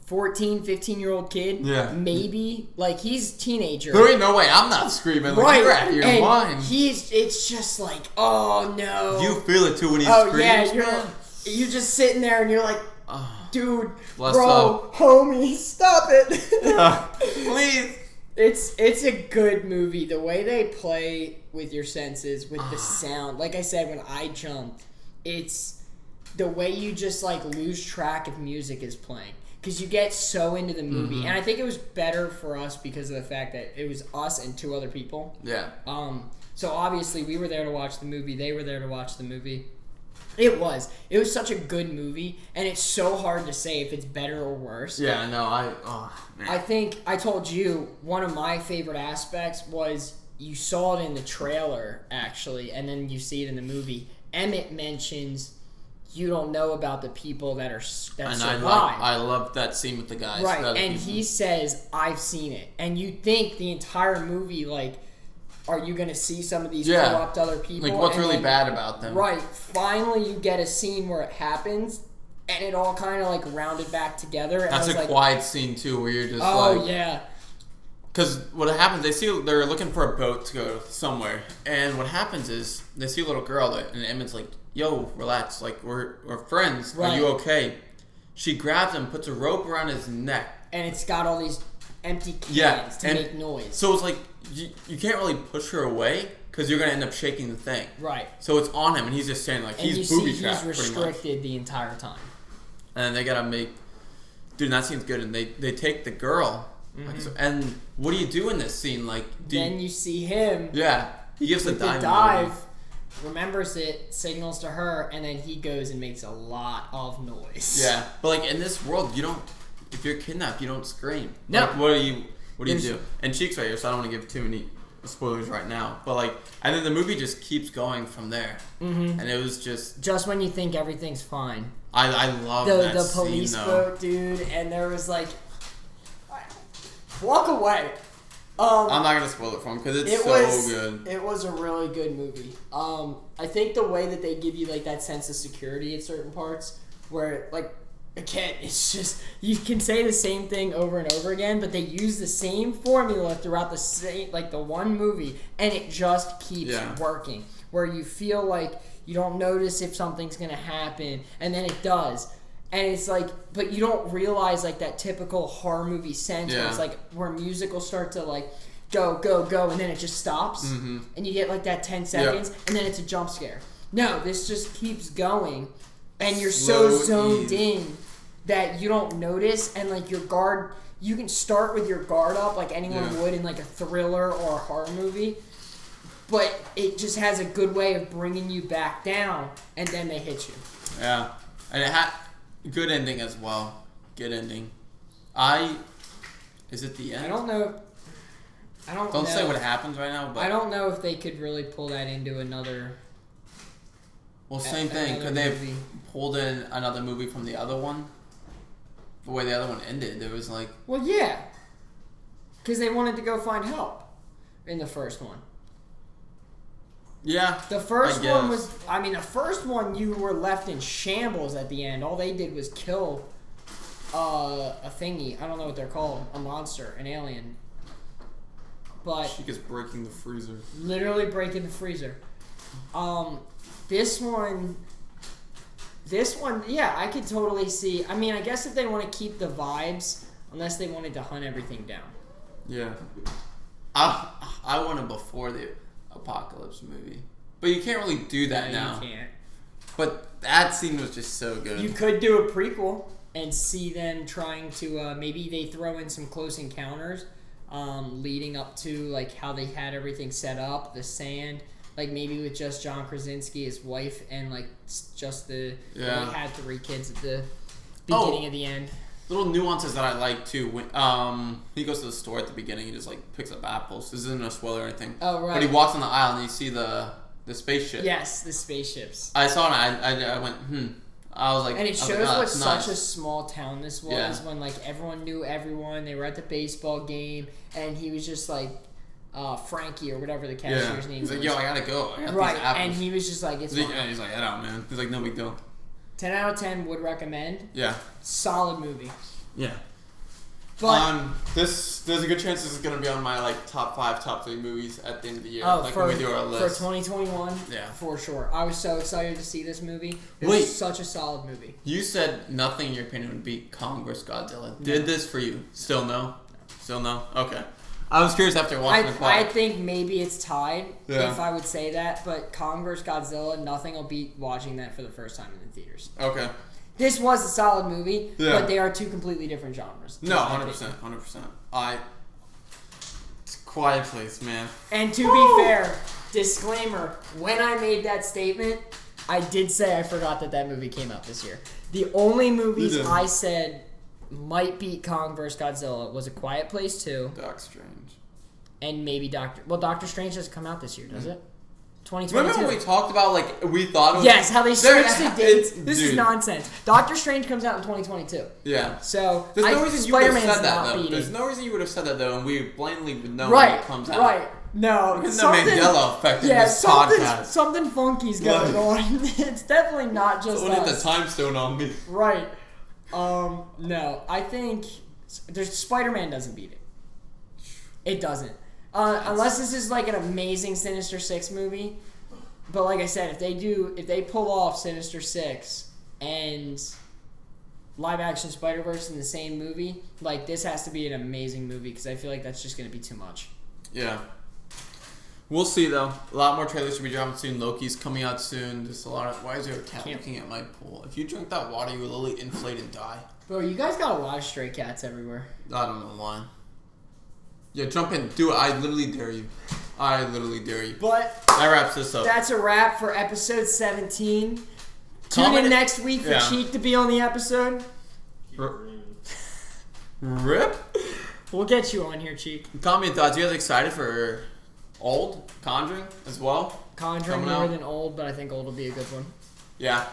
[SPEAKER 2] 14, 15 year old kid?
[SPEAKER 1] Yeah.
[SPEAKER 2] Maybe. Like, he's teenager.
[SPEAKER 1] There ain't no way I'm not screaming. Like,
[SPEAKER 2] right.
[SPEAKER 1] You're out of your
[SPEAKER 2] and
[SPEAKER 1] mind.
[SPEAKER 2] He's, it's just like, oh no.
[SPEAKER 1] you feel it too when he
[SPEAKER 2] Oh
[SPEAKER 1] screams.
[SPEAKER 2] yeah, you're
[SPEAKER 1] man.
[SPEAKER 2] you just sitting there and you're like,
[SPEAKER 1] Ah,
[SPEAKER 2] dude,
[SPEAKER 1] Bless
[SPEAKER 2] bro, homie, stop
[SPEAKER 1] ah,
[SPEAKER 2] it.
[SPEAKER 1] please.
[SPEAKER 2] it's it's a good movie. The way they play with your senses, with the sound. Like I said, when I jumped, it's the way you just like lose track of music is playing. Because you get so into the movie, and I think it was better for us because of the fact that it was us and two other people.
[SPEAKER 1] Yeah.
[SPEAKER 2] Um, so obviously we were there to watch the movie. They were there to watch the movie. It was. It was such a good movie, and it's so hard to say if it's better or worse.
[SPEAKER 1] Yeah. No. I. Oh man.
[SPEAKER 2] I think I told you one of my favorite aspects was you saw it in the trailer actually, and then you see it in the movie. Emmett mentions you don't know about the people that are s- that
[SPEAKER 1] and I
[SPEAKER 2] survived.
[SPEAKER 1] love. I love that scene with the guys.
[SPEAKER 2] Right,
[SPEAKER 1] the other
[SPEAKER 2] and
[SPEAKER 1] people.
[SPEAKER 2] he says, "I've seen it," and you think the entire movie, like, are you going to see some of these
[SPEAKER 1] Yeah.
[SPEAKER 2] corrupt other people?
[SPEAKER 1] Like, what's
[SPEAKER 2] And
[SPEAKER 1] really
[SPEAKER 2] then-
[SPEAKER 1] bad about them?
[SPEAKER 2] Right, finally, you get a scene where it happens, and it all kind of like rounded back together. And
[SPEAKER 1] That's
[SPEAKER 2] I
[SPEAKER 1] a
[SPEAKER 2] was like,
[SPEAKER 1] quiet scene too, where you're just
[SPEAKER 2] "Oh
[SPEAKER 1] like,
[SPEAKER 2] yeah,
[SPEAKER 1] because what happens, they see they're looking for a boat to go somewhere, and what happens is they see a little girl, and Emmett's like, "Yo, relax, like we're we're friends. Are you
[SPEAKER 2] Right.
[SPEAKER 1] okay?" She grabs him, puts a rope around his neck.
[SPEAKER 2] and it's got all these empty cans
[SPEAKER 1] Yeah,
[SPEAKER 2] to
[SPEAKER 1] and-
[SPEAKER 2] make noise."
[SPEAKER 1] So it's like you, you can't really push her away because you're gonna end up shaking the thing.
[SPEAKER 2] right,
[SPEAKER 1] So it's on him, and he's just standing like
[SPEAKER 2] and
[SPEAKER 1] he's
[SPEAKER 2] you
[SPEAKER 1] booby
[SPEAKER 2] see
[SPEAKER 1] trapped,
[SPEAKER 2] he's
[SPEAKER 1] pretty much.
[SPEAKER 2] restricted the entire time.
[SPEAKER 1] and they gotta make dude that seems good and they they take the girl like, so, and what do you do in this scene like do
[SPEAKER 2] Mm-hmm. then you see him
[SPEAKER 1] you, yeah he gives a
[SPEAKER 2] with the
[SPEAKER 1] dive,
[SPEAKER 2] dive, remembers it, signals to her, and then he goes and makes a lot of noise.
[SPEAKER 1] yeah but like in this world you don't if you're kidnapped you don't scream
[SPEAKER 2] No.
[SPEAKER 1] Like, what do you what do you
[SPEAKER 2] There's-
[SPEAKER 1] do and cheeks right here so I don't want to give too many spoilers right now but like and then the movie just keeps going from there
[SPEAKER 2] Mhm.
[SPEAKER 1] and it was just
[SPEAKER 2] Just when you think everything's fine,
[SPEAKER 1] I I love
[SPEAKER 2] the
[SPEAKER 1] that
[SPEAKER 2] the
[SPEAKER 1] scene
[SPEAKER 2] police
[SPEAKER 1] though
[SPEAKER 2] boat dude, and there was like, walk away. Um,
[SPEAKER 1] I'm not gonna spoil it for him because it's
[SPEAKER 2] it
[SPEAKER 1] so
[SPEAKER 2] was
[SPEAKER 1] good
[SPEAKER 2] it was a really good movie. Um, I think the way that they give you like that sense of security at certain parts, where like again, it's just you can say the same thing over and over again, but they use the same formula throughout the same like the one movie, and it just keeps
[SPEAKER 1] Yeah.
[SPEAKER 2] working. Where you feel like you don't notice if something's gonna happen, and then it does. And it's like, but you don't realize like that typical horror movie sense. Where
[SPEAKER 1] Yeah.
[SPEAKER 2] it's like where music will start to like go, go, go, and then it just stops,
[SPEAKER 1] Mm-hmm.
[SPEAKER 2] and you get like that ten seconds, and then it's a jump scare. No, this just keeps going, and you're so
[SPEAKER 1] Slow
[SPEAKER 2] zoned
[SPEAKER 1] ease.
[SPEAKER 2] in that you don't notice, and like your guard, you can start with your guard up like anyone
[SPEAKER 1] Yeah.
[SPEAKER 2] would in like a thriller or a horror movie, but it just has a good way of bringing you back down, and then they hit you.
[SPEAKER 1] Yeah, and it had good ending as well. Good ending. I is it the end?
[SPEAKER 2] I don't know. I don't.
[SPEAKER 1] Don't
[SPEAKER 2] know.
[SPEAKER 1] say what happens right now,
[SPEAKER 2] I
[SPEAKER 1] but
[SPEAKER 2] don't know if they could really pull that into another.
[SPEAKER 1] well, same thing.
[SPEAKER 2] a- another
[SPEAKER 1] Could they have
[SPEAKER 2] movie.
[SPEAKER 1] pulled in another movie from the other one? The way the other one ended, there was like
[SPEAKER 2] Well, yeah, because they wanted to go find help in the first one.
[SPEAKER 1] yeah,
[SPEAKER 2] The first
[SPEAKER 1] guess.
[SPEAKER 2] one was, I mean, the first one you were left in shambles at the end. All they did was kill uh, a thingy. I don't know what they're called, a monster, an alien. But
[SPEAKER 1] she gets breaking the freezer.
[SPEAKER 2] literally breaking the freezer. Um, this one, this one, yeah, I could totally see. I mean, I guess if they want to keep the vibes, unless they wanted to hunt everything down.
[SPEAKER 1] Yeah, I I want it before the apocalypse movie, but you can't really do that now.
[SPEAKER 2] you can't.
[SPEAKER 1] But that scene was just so good.
[SPEAKER 2] You could do a prequel and see them trying to uh, maybe they throw in some close encounters um, leading up to like how they had everything set up, the sand, like maybe with just John Krasinski, his wife, and like s- just the
[SPEAKER 1] Yeah.
[SPEAKER 2] they had three kids at the
[SPEAKER 1] Oh.
[SPEAKER 2] beginning of the end.
[SPEAKER 1] little nuances that I like too. When, um, he goes to the store at the beginning and just like picks up apples. This isn't a spoiler or anything.
[SPEAKER 2] Oh right.
[SPEAKER 1] But he walks on the aisle and you see the the spaceship.
[SPEAKER 2] yes, the spaceships.
[SPEAKER 1] I saw it. And I, I I went hmm. I was like,
[SPEAKER 2] And
[SPEAKER 1] I
[SPEAKER 2] it
[SPEAKER 1] was
[SPEAKER 2] shows
[SPEAKER 1] like, "Oh,
[SPEAKER 2] what
[SPEAKER 1] that's
[SPEAKER 2] such a
[SPEAKER 1] nice."
[SPEAKER 2] small town this was
[SPEAKER 1] Yeah.
[SPEAKER 2] when like everyone knew everyone. They were at the baseball game, and he was just like uh, Frankie or whatever the
[SPEAKER 1] yeah.
[SPEAKER 2] cashier's name
[SPEAKER 1] He's like,
[SPEAKER 2] was.
[SPEAKER 1] yo, I gotta go. I got
[SPEAKER 2] right,
[SPEAKER 1] these apples. uh,
[SPEAKER 2] and he was just like, it's
[SPEAKER 1] he's, like,
[SPEAKER 2] fine.
[SPEAKER 1] yeah, he's like, head out, man. He's like, no big deal.
[SPEAKER 2] ten out of ten would recommend.
[SPEAKER 1] Yeah,
[SPEAKER 2] Solid movie,
[SPEAKER 1] yeah.
[SPEAKER 2] but
[SPEAKER 1] um, this there's a good chance this is gonna be on my like top five, top three movies at the end of the year.
[SPEAKER 2] oh,
[SPEAKER 1] like
[SPEAKER 2] for,
[SPEAKER 1] when we do our
[SPEAKER 2] for
[SPEAKER 1] list.
[SPEAKER 2] 2021,
[SPEAKER 1] Yeah.
[SPEAKER 2] for sure. I was so excited to see this movie. It
[SPEAKER 1] Wait.
[SPEAKER 2] was such a solid movie.
[SPEAKER 1] you said nothing in your opinion would beat Kong vs Godzilla. Did this for you? Still no? Still no? Okay. I was curious after watching the
[SPEAKER 2] I, I
[SPEAKER 1] plot.
[SPEAKER 2] think maybe it's tied
[SPEAKER 1] Yeah.
[SPEAKER 2] if I would say that, but Kong vs. Godzilla, nothing will beat watching that for the first time in the theaters.
[SPEAKER 1] okay.
[SPEAKER 2] This was a solid movie,
[SPEAKER 1] Yeah.
[SPEAKER 2] but they are two completely different genres.
[SPEAKER 1] No, hundred percent, hundred percent. I. It's a quiet place, man.
[SPEAKER 2] And to be fair, disclaimer: when I made that statement, I did say I forgot that that movie came out this year. The only movies
[SPEAKER 1] You didn't.
[SPEAKER 2] I said might beat Kong vs. Godzilla was A Quiet Place Two
[SPEAKER 1] Doc Strange.
[SPEAKER 2] and maybe Doctor. Well, Doctor Strange doesn't come out this year,
[SPEAKER 1] Mm.
[SPEAKER 2] does it? Twenty twenty
[SPEAKER 1] Remember when we
[SPEAKER 2] two.
[SPEAKER 1] talked about like we thought it was
[SPEAKER 2] Yes, how they
[SPEAKER 1] There-
[SPEAKER 2] switched the dates.
[SPEAKER 1] it's-
[SPEAKER 2] This is
[SPEAKER 1] dude,
[SPEAKER 2] nonsense. Doctor Strange comes out in 2022.
[SPEAKER 1] Yeah.
[SPEAKER 2] So
[SPEAKER 1] There's no
[SPEAKER 2] I-
[SPEAKER 1] reason you would
[SPEAKER 2] Spider-Man's
[SPEAKER 1] have said that
[SPEAKER 2] not
[SPEAKER 1] though.
[SPEAKER 2] beating.
[SPEAKER 1] There's no reason you would have said that though, and we blatantly would know when
[SPEAKER 2] right,
[SPEAKER 1] it comes out.
[SPEAKER 2] right. No,
[SPEAKER 1] Look at the
[SPEAKER 2] something-
[SPEAKER 1] Mandela effect in
[SPEAKER 2] Yeah,
[SPEAKER 1] this
[SPEAKER 2] something,
[SPEAKER 1] podcast.
[SPEAKER 2] something funky's going on. it's definitely not just
[SPEAKER 1] Someone hit the
[SPEAKER 2] us.
[SPEAKER 1] time stone on me.
[SPEAKER 2] right. Um, no, I think there's Spider-Man doesn't beat it. It doesn't, uh, unless this is like an amazing Sinister Six movie. But like I said, if they do, if they pull off Sinister Six and live action Spider Verse in the same movie, like this has to be an amazing movie because I feel like that's just gonna be too much.
[SPEAKER 1] Yeah. We'll see though. A lot more trailers should be dropping soon. Loki's coming out soon. Just a lot of. Why is there a cat
[SPEAKER 2] Can't-
[SPEAKER 1] looking at my pool? If you drink that water, you will literally inflate and die.
[SPEAKER 2] Bro, you guys got a lot of stray cats everywhere.
[SPEAKER 1] I don't know why. Yeah, jump in. Do it. I literally dare you. I literally dare you.
[SPEAKER 2] But
[SPEAKER 1] That wraps this up.
[SPEAKER 2] that's a wrap for episode 17. Tune
[SPEAKER 1] Comment-
[SPEAKER 2] in next week for
[SPEAKER 1] Yeah.
[SPEAKER 2] Cheek to be on the episode.
[SPEAKER 1] R- Rip?
[SPEAKER 2] We'll get you on here, Cheek.
[SPEAKER 1] Comment thoughts. You guys excited for Old? Conjuring as well?
[SPEAKER 2] Conjuring
[SPEAKER 1] Coming
[SPEAKER 2] more
[SPEAKER 1] out.
[SPEAKER 2] than old, but I think old will be a good one.
[SPEAKER 1] Yeah.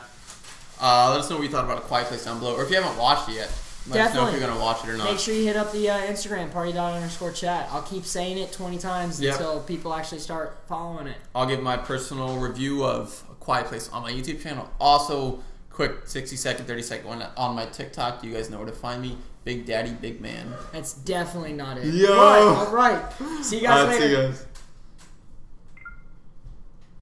[SPEAKER 1] Uh, let us know what you thought about A Quiet Place down below. Or if you haven't watched it yet, let us know
[SPEAKER 2] Definitely.
[SPEAKER 1] if you're going to watch it or not.
[SPEAKER 2] Make sure you hit up the uh, Instagram, party dot underscore chat. I'll keep saying it 20 times
[SPEAKER 1] Yep.
[SPEAKER 2] until people actually start following it.
[SPEAKER 1] I'll give my personal review of A Quiet Place on my YouTube channel. Also, quick 60 second, 30 second one on my TikTok. You guys know where to find me. Big Daddy, Big Man.
[SPEAKER 2] That's definitely not it.
[SPEAKER 1] Yo.
[SPEAKER 2] But, all right. See you guys later.
[SPEAKER 1] guys.